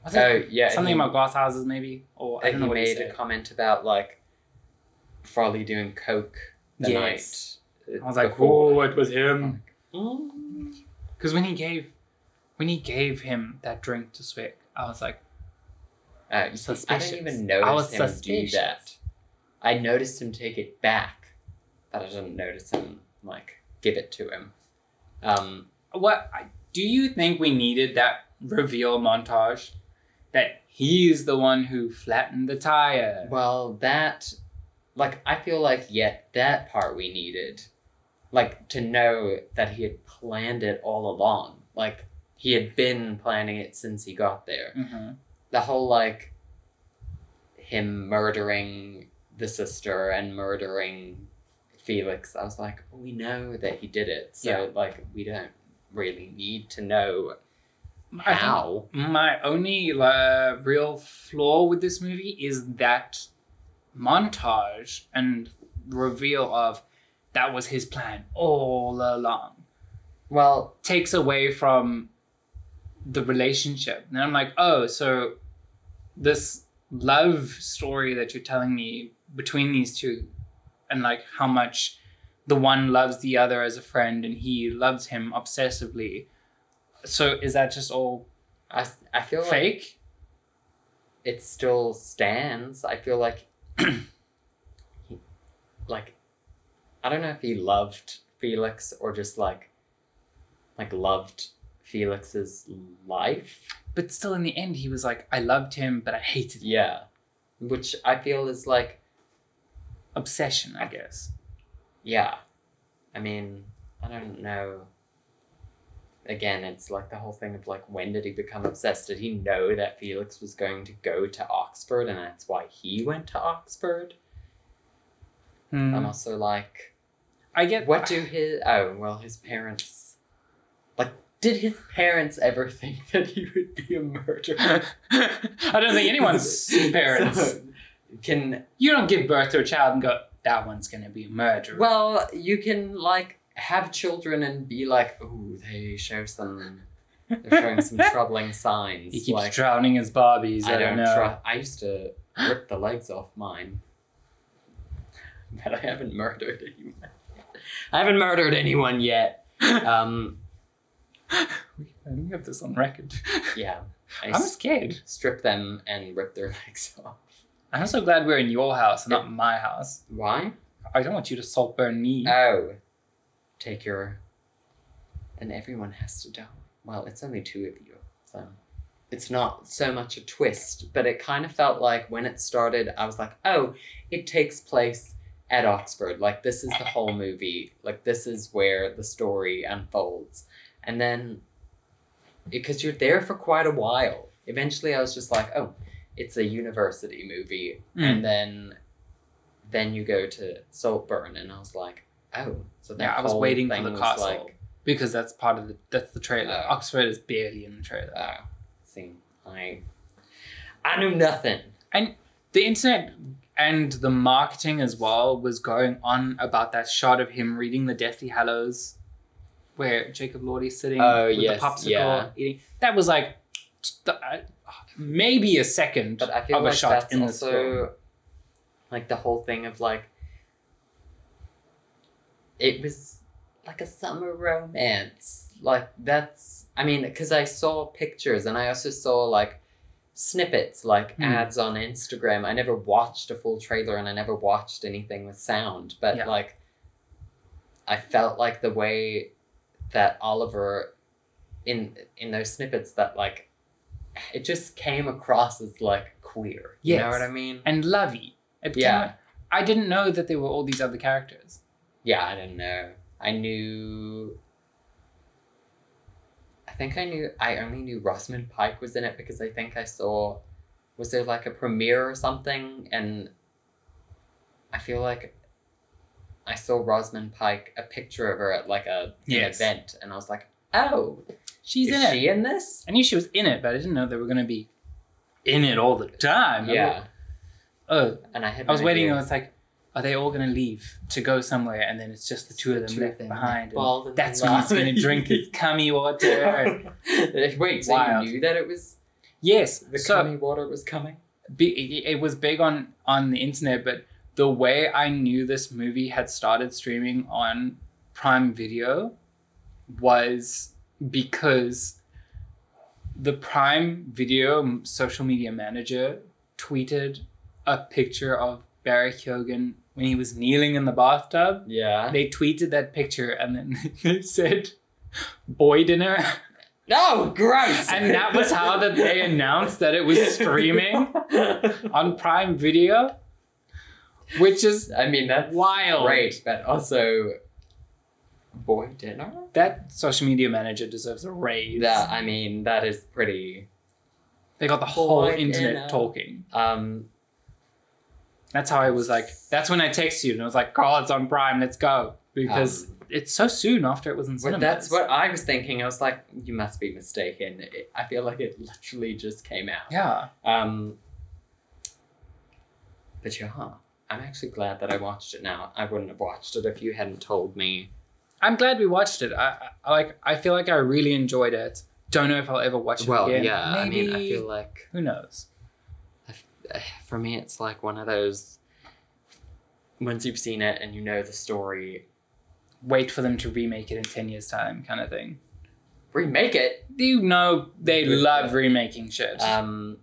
[SPEAKER 3] Was it
[SPEAKER 2] oh yeah
[SPEAKER 3] something
[SPEAKER 2] he,
[SPEAKER 3] about glass houses maybe? Or I
[SPEAKER 2] I
[SPEAKER 3] don't know what he
[SPEAKER 2] made a
[SPEAKER 3] said.
[SPEAKER 2] comment about like Farley doing coke the
[SPEAKER 3] Yes.
[SPEAKER 2] night
[SPEAKER 3] I was like,
[SPEAKER 2] before.
[SPEAKER 3] oh, it was him.
[SPEAKER 2] Mm.
[SPEAKER 3] Because when he gave, when he gave him that drink to Swick, I was like,
[SPEAKER 2] Uh,
[SPEAKER 3] Suspicious.
[SPEAKER 2] I didn't even notice
[SPEAKER 1] I was
[SPEAKER 2] him
[SPEAKER 1] suspicious.
[SPEAKER 2] do that. I noticed him take it back, but I didn't notice him like give it to him. Um,
[SPEAKER 3] "What? I- Do you think we needed that reveal montage? That he's the one who flattened the tire."
[SPEAKER 2] well, that, like, I feel like yet that part we needed, like, to know that he had planned it all along. Like, he had been planning it since he got there.
[SPEAKER 3] hmm
[SPEAKER 2] the whole like him murdering the sister and murdering Felix, I was like, we know that he did it, so
[SPEAKER 3] Yeah.
[SPEAKER 2] like we don't really need to know
[SPEAKER 3] I think
[SPEAKER 2] how.
[SPEAKER 3] my only uh, real flaw with this movie is that montage and reveal of that was his plan all along.
[SPEAKER 2] Well,
[SPEAKER 3] takes away from the relationship. And I'm like, oh, so this love story that you're telling me between these two, and like how much the one loves the other as a friend and he loves him obsessively. So is that just all
[SPEAKER 2] I s- I feel like
[SPEAKER 3] fake?
[SPEAKER 2] it still stands. I feel like *clears throat* he, like I don't know if he loved Felix or just like like loved Felix's life.
[SPEAKER 3] But still, in the end, he was like, I loved him, but I hated him.
[SPEAKER 2] Yeah. Which I feel is like,
[SPEAKER 3] Obsession, I guess.
[SPEAKER 2] yeah. I mean, I don't know. Again, it's like the whole thing of like, when did he become obsessed? Did he know that Felix was going to go to Oxford and that's why he went to Oxford?
[SPEAKER 3] Hmm.
[SPEAKER 2] I'm also like,
[SPEAKER 3] I get
[SPEAKER 2] What do his oh well his parents like did his parents ever think that he would be a
[SPEAKER 3] *laughs*
[SPEAKER 2] murderer?
[SPEAKER 3] *laughs* I don't think anyone's parents.
[SPEAKER 2] *laughs* So, can
[SPEAKER 3] You don't give birth to a child and go, that one's gonna be a murderer.
[SPEAKER 2] well you can like have children and be like oh they show some they're showing
[SPEAKER 3] *laughs*
[SPEAKER 2] some troubling signs
[SPEAKER 3] he keeps
[SPEAKER 2] like
[SPEAKER 3] drowning his barbies. I,
[SPEAKER 2] I don't
[SPEAKER 3] know.
[SPEAKER 2] tru- I used to rip the legs off mine *laughs* but I haven't murdered anyone
[SPEAKER 1] I haven't murdered anyone
[SPEAKER 3] *laughs*
[SPEAKER 1] yet. Um,
[SPEAKER 3] We have this on record.
[SPEAKER 2] yeah I
[SPEAKER 3] I'm
[SPEAKER 2] s-
[SPEAKER 3] scared.
[SPEAKER 2] strip them and rip their *laughs* legs off
[SPEAKER 3] I'm so glad we're in your house and not my house.
[SPEAKER 2] why
[SPEAKER 3] I don't want you to saltburn me.
[SPEAKER 2] Oh. Take your. And everyone has to die. Well, it's only two of you, so. It's not so much a twist, but it kind of felt like when it started, I was like, oh, it takes place at Oxford. Like, this is the whole movie. Like, this is where the story unfolds. And then. Because you're there for quite a while. Eventually, I was just like, oh, it's a university movie
[SPEAKER 3] Mm.
[SPEAKER 2] and then then you go to Saltburn, and I was like, oh, so that
[SPEAKER 3] Yeah, I was
[SPEAKER 2] whole
[SPEAKER 3] waiting for
[SPEAKER 2] thing
[SPEAKER 3] the
[SPEAKER 2] was
[SPEAKER 3] castle
[SPEAKER 2] Like,
[SPEAKER 3] because that's part of the that's the trailer.
[SPEAKER 2] Oh.
[SPEAKER 3] Oxford is barely in the trailer.
[SPEAKER 2] oh, see, I I knew nothing.
[SPEAKER 3] The internet and the marketing as well was going on about that shot of him reading the Deathly Hallows, where Jacob Lordy's sitting
[SPEAKER 2] Oh,
[SPEAKER 3] with
[SPEAKER 2] yes,
[SPEAKER 3] the popsicle
[SPEAKER 2] yeah.
[SPEAKER 3] eating. That was like the- uh, maybe a second
[SPEAKER 2] But I feel
[SPEAKER 3] of
[SPEAKER 2] like
[SPEAKER 3] a shot
[SPEAKER 2] that's
[SPEAKER 3] in this film.
[SPEAKER 2] also like the whole thing of like it was like a summer romance. Like that's I mean, because I saw pictures and I also saw like snippets, like
[SPEAKER 3] Hmm.
[SPEAKER 2] ads on Instagram. I never watched a full trailer and I never watched anything with sound, but
[SPEAKER 3] Yeah.
[SPEAKER 2] like I felt like the way that Oliver in in those snippets that like it just came across as like queer. You know
[SPEAKER 3] Yes.
[SPEAKER 2] what I mean?
[SPEAKER 3] And Lovey. It
[SPEAKER 2] Yeah.
[SPEAKER 3] came- I didn't know that there were all these other characters.
[SPEAKER 2] Yeah, I don't know. I knew. I think I knew. I only knew Rosamund Pike was in it because I think I saw. Was there like a premiere or something? And I feel like I saw Rosamund Pike, a picture of her at like a
[SPEAKER 3] Yes.
[SPEAKER 2] an event, and I was like, oh,
[SPEAKER 3] She's
[SPEAKER 2] is
[SPEAKER 3] in it.
[SPEAKER 2] she in this?
[SPEAKER 3] I knew she was in it, but I didn't know they were going to be in it all the time.
[SPEAKER 2] Yeah.
[SPEAKER 3] Oh,
[SPEAKER 2] And I had.
[SPEAKER 3] I was
[SPEAKER 2] no
[SPEAKER 3] waiting.
[SPEAKER 2] idea.
[SPEAKER 3] and I was like, are they all going to leave to go somewhere? And then it's just the two of them left behind. and
[SPEAKER 2] Bald and
[SPEAKER 3] that's when he's
[SPEAKER 2] lovely.
[SPEAKER 3] going to drink
[SPEAKER 2] *laughs*
[SPEAKER 3] *laughs* his cummy water. *laughs* and-
[SPEAKER 2] Wait, so
[SPEAKER 3] Wild.
[SPEAKER 2] you knew that it was
[SPEAKER 3] yes.
[SPEAKER 2] the
[SPEAKER 3] so
[SPEAKER 2] coming water was coming?
[SPEAKER 3] be, it- it was big on on the internet, but the way I knew this movie had started streaming on Prime Video was because the Prime Video m- social media manager tweeted a picture of Barry Keoghan when he was kneeling in the bathtub.
[SPEAKER 2] Yeah.
[SPEAKER 3] *laughs* They tweeted that picture and then *laughs* they said boy dinner
[SPEAKER 1] *laughs*
[SPEAKER 2] No, gross.
[SPEAKER 3] and that was how that they
[SPEAKER 2] *laughs*
[SPEAKER 3] announced that
[SPEAKER 1] *laughs*
[SPEAKER 3] it was streaming on Prime Video, which is
[SPEAKER 2] I mean, that's
[SPEAKER 3] wild.
[SPEAKER 2] great, but also boy dinner.
[SPEAKER 3] That social media manager deserves a raise.
[SPEAKER 2] That I mean, that is pretty.
[SPEAKER 3] They got the whole
[SPEAKER 2] Boy,
[SPEAKER 3] internet
[SPEAKER 2] dinner.
[SPEAKER 3] talking.
[SPEAKER 2] Um,
[SPEAKER 3] That's how I was like, that's when I texted you and I was like, Carl, it's on Prime, let's go. Because
[SPEAKER 2] Um,
[SPEAKER 3] it's so soon after it was in
[SPEAKER 2] well,
[SPEAKER 3] cinemas.
[SPEAKER 2] that's what I was thinking. I was like, you must be mistaken. It, I feel like it literally just came out.
[SPEAKER 3] Yeah.
[SPEAKER 2] Um, but yeah, I'm actually glad that I watched it now. I wouldn't have watched it if you hadn't told me.
[SPEAKER 3] I'm glad we watched it. I, I like. I feel like I really enjoyed it. Don't know if I'll ever watch it
[SPEAKER 1] well,
[SPEAKER 3] again.
[SPEAKER 1] yeah. I mean, I
[SPEAKER 3] Maybe.
[SPEAKER 1] feel like
[SPEAKER 3] Who knows?
[SPEAKER 1] uh,
[SPEAKER 2] *sighs* for me it's like one of those once you've seen it and you know the story
[SPEAKER 3] Wait for them to remake it in ten years' time, kind of thing.
[SPEAKER 2] remake it
[SPEAKER 3] You know they
[SPEAKER 2] Good
[SPEAKER 3] love
[SPEAKER 2] point.
[SPEAKER 3] remaking shit.
[SPEAKER 2] um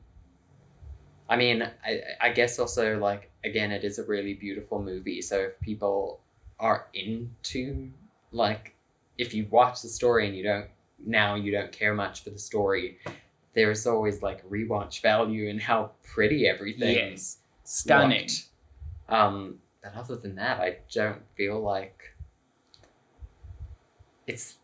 [SPEAKER 2] i mean I, I guess also like again it is a really beautiful movie so if people are into like if you watch the story and you don't now you don't care much for the story, there's always like rewatch value in how pretty everything's
[SPEAKER 3] Stunning.
[SPEAKER 2] looked. Um, but other than that, I don't feel like it's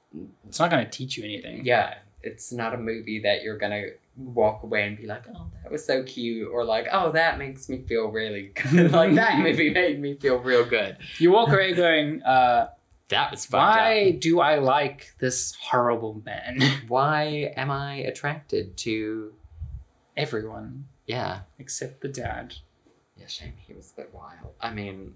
[SPEAKER 3] It's not going to teach you anything.
[SPEAKER 2] yeah, it's not a movie that you're gonna walk away and be like, oh, that was so cute, or like, oh, that makes me feel really *laughs* good. like
[SPEAKER 3] *laughs*
[SPEAKER 2] that movie made me feel real good.
[SPEAKER 3] You walk away going, uh,
[SPEAKER 1] That was fucked
[SPEAKER 3] why do I like this horrible man? *laughs*
[SPEAKER 1] up. Why am I attracted to?
[SPEAKER 3] Everyone
[SPEAKER 1] Yeah.
[SPEAKER 3] except the dad.
[SPEAKER 2] Yeah, shame he was a bit wild. I mean,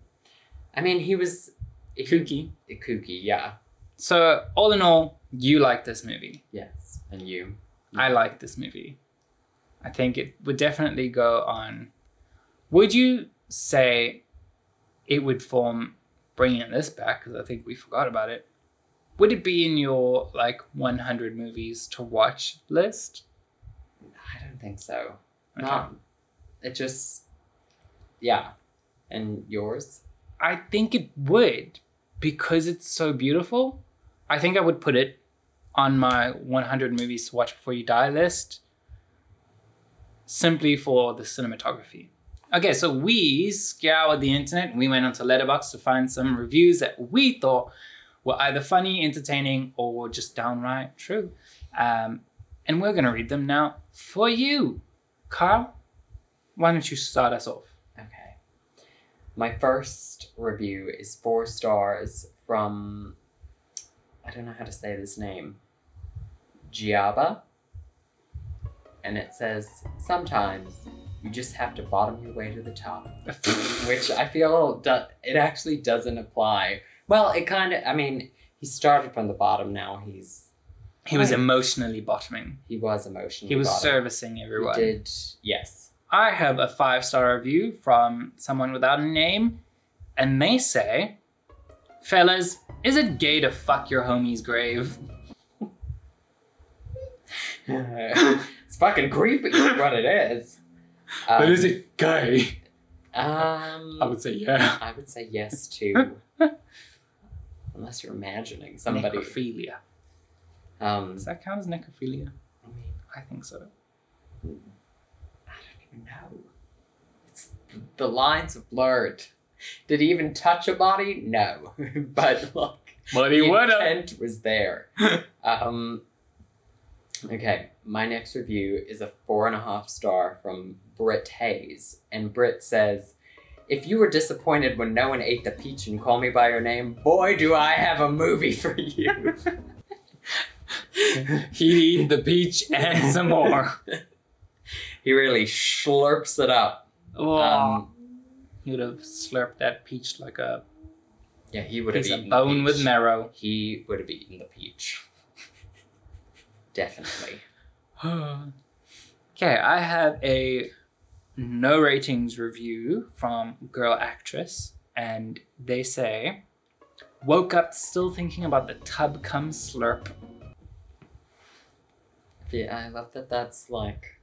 [SPEAKER 2] I mean he was he,
[SPEAKER 3] Kooky.
[SPEAKER 2] Kooky, yeah,
[SPEAKER 3] So, all in all, you like this movie.
[SPEAKER 2] yes, and you.
[SPEAKER 3] I like this movie. I think it would definitely go on. Would you say it would form bringing this back? Because I think we forgot about it. Would it be in your like 100 movies to watch list?
[SPEAKER 2] I don't think so.
[SPEAKER 3] Okay.
[SPEAKER 2] Not. It just. Yeah, and yours.
[SPEAKER 3] I think it would because it's so beautiful. I think I would put it on my 100 movies to watch before you die list simply for the cinematography. Okay, so we scoured the internet. We went onto Letterboxd to find some reviews that we thought were either funny, entertaining, or were just downright true. Um, and we're going to read them now for you. Carl, why don't you start us off? *laughs*
[SPEAKER 2] Okay. My first review is four stars from. I don't know how to say this name. Giaba. And it says sometimes you just have to bottom your way to the top. which I feel do- it actually doesn't apply. Well, it kind of. I mean, he started from the bottom. Now he's
[SPEAKER 3] He was
[SPEAKER 2] Hi.
[SPEAKER 3] emotionally bottoming.
[SPEAKER 2] he was emotionally.
[SPEAKER 3] He was
[SPEAKER 2] bottom.
[SPEAKER 3] servicing everyone.
[SPEAKER 2] He did
[SPEAKER 3] *laughs*
[SPEAKER 2] yes. *laughs*
[SPEAKER 3] I have a five star review from someone without a name, and they say, Fellas, is it gay to fuck your homie's grave?
[SPEAKER 2] it's fucking creepy, is what it is. Um,
[SPEAKER 3] it gay?
[SPEAKER 2] Um,
[SPEAKER 3] say yeah.
[SPEAKER 2] I would say yes to. unless you're imagining somebody.
[SPEAKER 3] Necrophilia.
[SPEAKER 2] Um,
[SPEAKER 3] Does that count as necrophilia?
[SPEAKER 2] I mean,
[SPEAKER 3] I think so.
[SPEAKER 2] I don't even know. It's, the lines are blurred. Did he even touch a body? No, *laughs* but look.
[SPEAKER 3] Well,
[SPEAKER 2] the intent was *laughs* there. um, okay, my next review is a four and a half star from Britt Hayes, and Britt says, "If you were disappointed when no one ate the peach and called me by your name, boy, do I have a movie for *laughs* you."
[SPEAKER 3] He'd eat the peach *laughs* and some more.
[SPEAKER 2] he really slurps it up.
[SPEAKER 3] Oh,
[SPEAKER 2] Um,
[SPEAKER 3] he would have slurped that peach like a
[SPEAKER 2] yeah, he would have
[SPEAKER 3] piece of
[SPEAKER 2] eaten
[SPEAKER 3] bone
[SPEAKER 2] the peach.
[SPEAKER 3] with marrow.
[SPEAKER 2] He would have eaten the peach. *laughs* Definitely.
[SPEAKER 3] *sighs* okay, I have a no ratings review from Girl Actress, and they say, Woke up still thinking about the tub cum slurp.
[SPEAKER 2] Yeah, I love that. That's like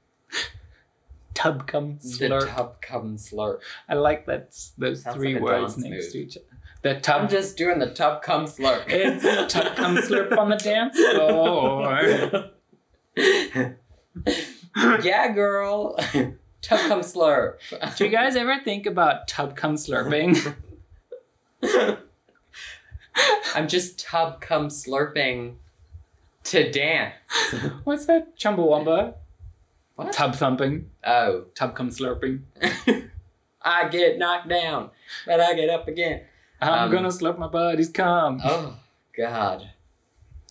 [SPEAKER 3] Tub cum
[SPEAKER 2] the
[SPEAKER 3] slurp.
[SPEAKER 2] tub cum slurp.
[SPEAKER 3] I like that those
[SPEAKER 2] Sounds
[SPEAKER 3] three
[SPEAKER 2] like a
[SPEAKER 3] words
[SPEAKER 2] dance
[SPEAKER 3] next
[SPEAKER 2] move.
[SPEAKER 3] to each other. The
[SPEAKER 2] I'm
[SPEAKER 3] tub
[SPEAKER 2] just doing the tub cum slurp. *laughs*
[SPEAKER 3] it's tub cum slurp on the dance floor.
[SPEAKER 2] yeah, girl. tub cum slurp.
[SPEAKER 3] Do you guys ever think about tub
[SPEAKER 2] *laughs*
[SPEAKER 3] cum slurping?
[SPEAKER 2] I'm just tub cum slurping to dance.
[SPEAKER 3] What's that? Chumbawamba?
[SPEAKER 2] What?
[SPEAKER 3] Tub thumping.
[SPEAKER 2] oh.
[SPEAKER 3] Tub cum slurping.
[SPEAKER 2] I get knocked down, but I get up again.
[SPEAKER 3] I'm
[SPEAKER 2] Um,
[SPEAKER 3] gonna slurp my buddy's cum.
[SPEAKER 2] Oh, God.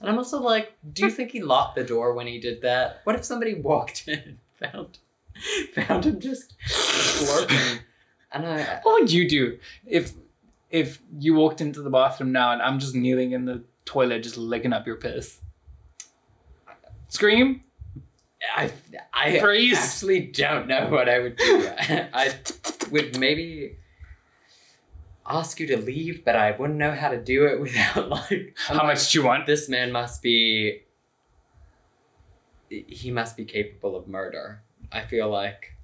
[SPEAKER 2] And I'm also like, do you think he locked the door when he did that? What if somebody walked in and found, found him just slurping? And I,
[SPEAKER 3] What would you do if if you walked into the bathroom now and I'm just kneeling in the toilet just licking up your piss? Scream?
[SPEAKER 2] I, I
[SPEAKER 3] Freeze.
[SPEAKER 2] actually don't know what I would do. I would maybe ask you to leave, but I wouldn't know how to do it without like.
[SPEAKER 3] How much do you want?
[SPEAKER 2] This man must be. He must be capable of murder. I feel like.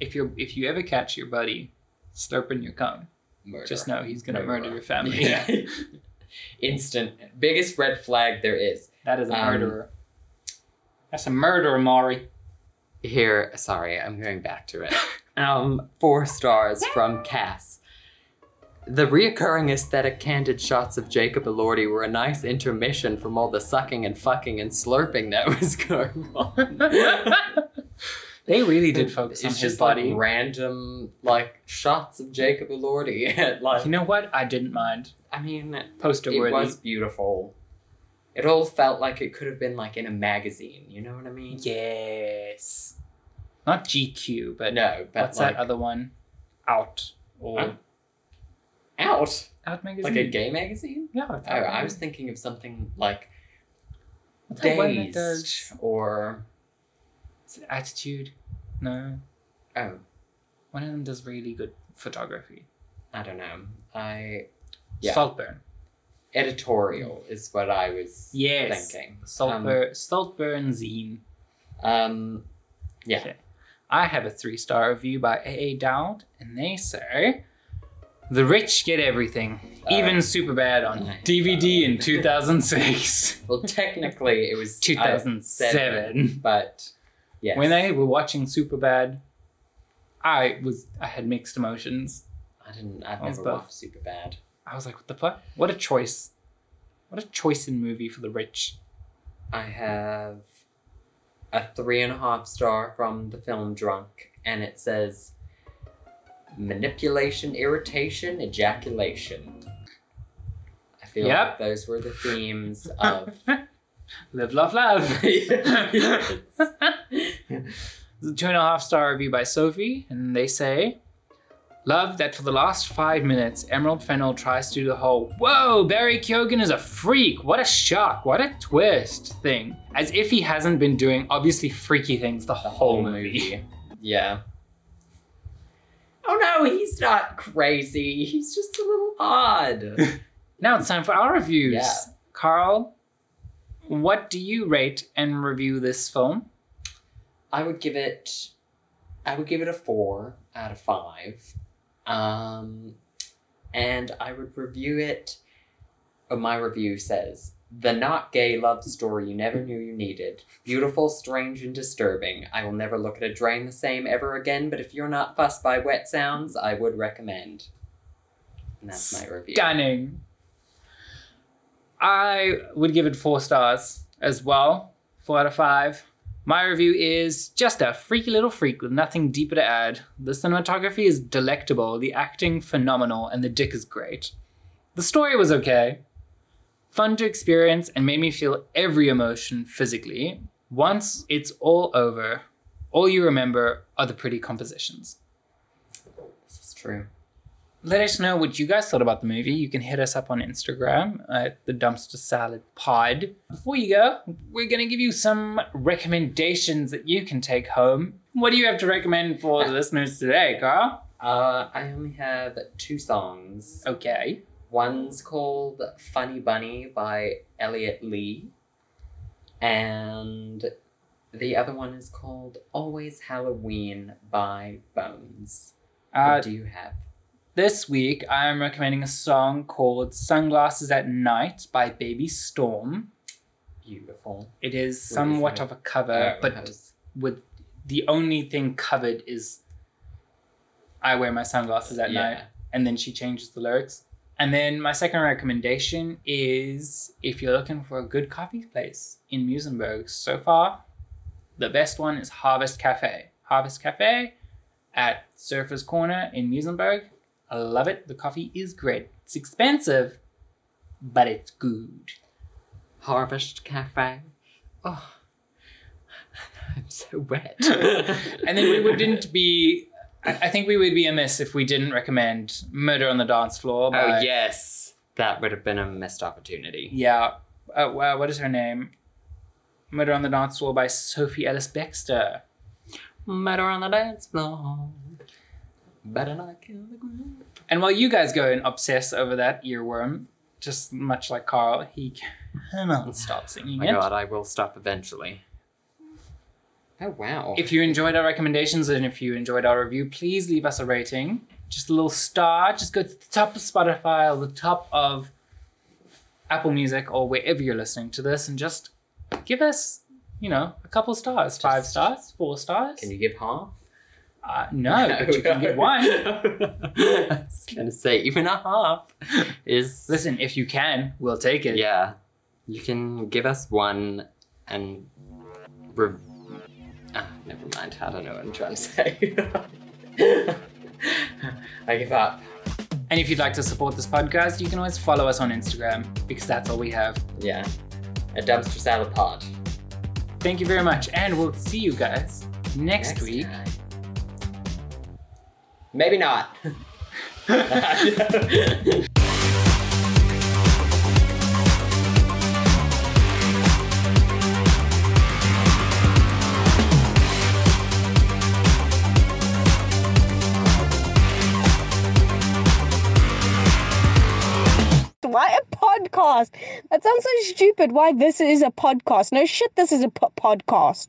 [SPEAKER 3] If you if you ever catch your buddy slurping your cum,
[SPEAKER 2] murder.
[SPEAKER 3] just know he's gonna
[SPEAKER 2] Murderer.
[SPEAKER 1] Um, *laughs*
[SPEAKER 3] murder your
[SPEAKER 2] *laughs*
[SPEAKER 3] family.
[SPEAKER 2] Yeah. instant biggest red flag there is.
[SPEAKER 3] That is a
[SPEAKER 2] Um,
[SPEAKER 3] murderer. That's a murderer,
[SPEAKER 2] *laughs*
[SPEAKER 3] Maury.
[SPEAKER 1] Here, sorry, I'm going back to *laughs* it. Um, four stars from Cass. The reoccurring aesthetic candid shots of Jacob Elordi were a nice intermission from all the sucking and fucking and slurping that *laughs* was going on. *laughs*
[SPEAKER 3] They really did focus on
[SPEAKER 1] it's
[SPEAKER 3] his
[SPEAKER 1] just
[SPEAKER 3] body.
[SPEAKER 1] like random like shots of Jacob Elordi. *laughs* at, like,
[SPEAKER 3] you know what? I didn't mind.
[SPEAKER 1] I mean,
[SPEAKER 3] Poster
[SPEAKER 2] It
[SPEAKER 3] worthy.
[SPEAKER 2] was beautiful. It all felt like it could have been like in a magazine. You know what I mean?
[SPEAKER 3] Yes. Not GQ, but
[SPEAKER 2] no, but
[SPEAKER 3] what's
[SPEAKER 2] like
[SPEAKER 3] that other one? Out or
[SPEAKER 2] Out? out
[SPEAKER 3] Out magazine?
[SPEAKER 2] like a gay magazine.
[SPEAKER 3] yeah. it's
[SPEAKER 2] Oh,
[SPEAKER 3] Out
[SPEAKER 2] I was
[SPEAKER 3] magazine.
[SPEAKER 2] thinking of something like
[SPEAKER 3] What's that one that
[SPEAKER 2] dazed
[SPEAKER 3] does?
[SPEAKER 2] or
[SPEAKER 3] Is it Attitude? No.
[SPEAKER 2] oh,
[SPEAKER 3] One of them does really good photography.
[SPEAKER 2] I don't know. I Yeah.
[SPEAKER 3] Saltburn.
[SPEAKER 2] editorial is what I was
[SPEAKER 3] Yes.
[SPEAKER 2] thinking.
[SPEAKER 3] Saltburn. Saltburn zine.
[SPEAKER 2] Um, yeah.
[SPEAKER 3] I have a three star review by AA Dowd, and they say The rich get everything,
[SPEAKER 2] Uh,
[SPEAKER 3] even Superbad
[SPEAKER 2] *laughs*
[SPEAKER 3] on
[SPEAKER 2] nice.
[SPEAKER 3] DVD in 2006,
[SPEAKER 2] well, technically it
[SPEAKER 3] *laughs*
[SPEAKER 2] was I-
[SPEAKER 3] 2007.
[SPEAKER 2] but yes.
[SPEAKER 3] When they were watching Superbad, I was I had mixed emotions.
[SPEAKER 2] I didn't. I've
[SPEAKER 3] was
[SPEAKER 2] never
[SPEAKER 3] both.
[SPEAKER 2] watched super bad.
[SPEAKER 3] I was like, "What the fuck? What a choice! What a choice in movie for the rich."
[SPEAKER 2] I have a three and a half star from the film Drunk, and it says manipulation, irritation, ejaculation. I feel
[SPEAKER 3] Yep.
[SPEAKER 2] like those were the
[SPEAKER 3] *laughs*
[SPEAKER 2] themes of.
[SPEAKER 3] Live, love, love. The two and a half star review by Sophie, and they say, Love that for the last five minutes, Emerald Fennel tries to do the whole, Whoa, Barry Keoghan is a freak, what a shock, what a twist thing. As if he hasn't been doing obviously freaky things the, whole movie.
[SPEAKER 2] Yeah. Oh no, he's not crazy. He's just a little odd.
[SPEAKER 3] Now it's time for our reviews.
[SPEAKER 2] Yeah.
[SPEAKER 3] Carl, what do you rate and review this film?
[SPEAKER 2] I would give it I would give it a 4 out of 5. Um and I would review it oh, my review says the not gay love story you never knew you needed. Beautiful, strange, and disturbing. I will never look at a drain the same ever again, but if you're not fussed by wet sounds, I would recommend. And that's my review.
[SPEAKER 3] Stunning. I would give it four stars as well. Four out of five. My review is just a freaky little freak with nothing deeper to add. The cinematography is delectable, the acting phenomenal, and the dick is great. The story was okay. Fun to experience and made me feel every emotion physically. Once it's all over, all you remember are the pretty compositions
[SPEAKER 2] This is true.
[SPEAKER 3] let us know what you guys thought about the movie. You can hit us up on Instagram at the Dumpster Salad Pod. Before you go, we're going to give you some recommendations that you can take home. What do you have to recommend for the listeners today, Carl?
[SPEAKER 2] Uh, I only have two songs.
[SPEAKER 3] Okay.
[SPEAKER 2] One's called Funny Bunny by Elliot Lee, and the other one is called Always Halloween by Bones.
[SPEAKER 3] Uh,
[SPEAKER 2] what do you have?
[SPEAKER 3] this week, I'm recommending a song called Sunglasses at Night by Baby Storm.
[SPEAKER 2] Beautiful.
[SPEAKER 3] It is
[SPEAKER 2] What is
[SPEAKER 3] somewhat
[SPEAKER 2] it?
[SPEAKER 3] of a cover,
[SPEAKER 2] Oh,
[SPEAKER 3] uh, but
[SPEAKER 2] how's-
[SPEAKER 3] with the only thing covered is I wear my sunglasses at night.
[SPEAKER 2] yeah.
[SPEAKER 3] and then she changes the lyrics. And then my second recommendation is if you're looking for a good coffee place in Musenberg, so far, the best one is Harvest Cafe. Harvest Cafe at Surfer's Corner in Musenberg. I love it. The coffee is great. It's expensive, but it's good.
[SPEAKER 1] Harvest Cafe.
[SPEAKER 2] *laughs*
[SPEAKER 1] Oh, I'm so wet.
[SPEAKER 3] *laughs* And then
[SPEAKER 2] *laughs*
[SPEAKER 3] we wouldn't be. I I think we would be amiss if we didn't recommend Murder on the Dance Floor. By,
[SPEAKER 1] Oh yes, that would have been a missed opportunity.
[SPEAKER 3] Yeah. Uh, wha- what is her name? Murder on the Dance Floor by Sophie Ellis Bextor.
[SPEAKER 1] Murder on the dance floor. Better not kill the groom.
[SPEAKER 3] And while you guys go and obsess over that earworm, just much like Carl, he *laughs* cannot stop singing
[SPEAKER 1] My
[SPEAKER 3] it.
[SPEAKER 1] God, I will stop eventually.
[SPEAKER 2] Oh wow.
[SPEAKER 3] If you enjoyed our recommendations and if you enjoyed our review, please leave us a rating. Just a little star. Just go to the top of Spotify or the top of Apple Music or wherever you're listening to this and just give us, you know, a couple stars, five
[SPEAKER 2] Just-
[SPEAKER 3] stars, four stars.
[SPEAKER 2] Can you give half?
[SPEAKER 3] uh,
[SPEAKER 1] *laughs*
[SPEAKER 3] no, but
[SPEAKER 2] *laughs*
[SPEAKER 3] you can get one. *laughs*
[SPEAKER 1] I was gonna say even a half is
[SPEAKER 3] Listen, if you can, we'll take it.
[SPEAKER 1] yeah. You can give us one and re- ah, never mind. I don't know what I'm trying to say.
[SPEAKER 2] say.
[SPEAKER 1] *laughs*
[SPEAKER 2] I give up.
[SPEAKER 3] And if you'd like to support this podcast, you can always follow us on Instagram because that's all we have.
[SPEAKER 2] Yeah. A dumpster salad pod.
[SPEAKER 3] Thank you very much, and we'll see you guys next, week.
[SPEAKER 2] time.
[SPEAKER 1] *laughs*
[SPEAKER 2] Maybe
[SPEAKER 3] *laughs*
[SPEAKER 2] not.
[SPEAKER 4] Why a podcast? That sounds so stupid. Why this is a podcast? No shit, this is a po- podcast.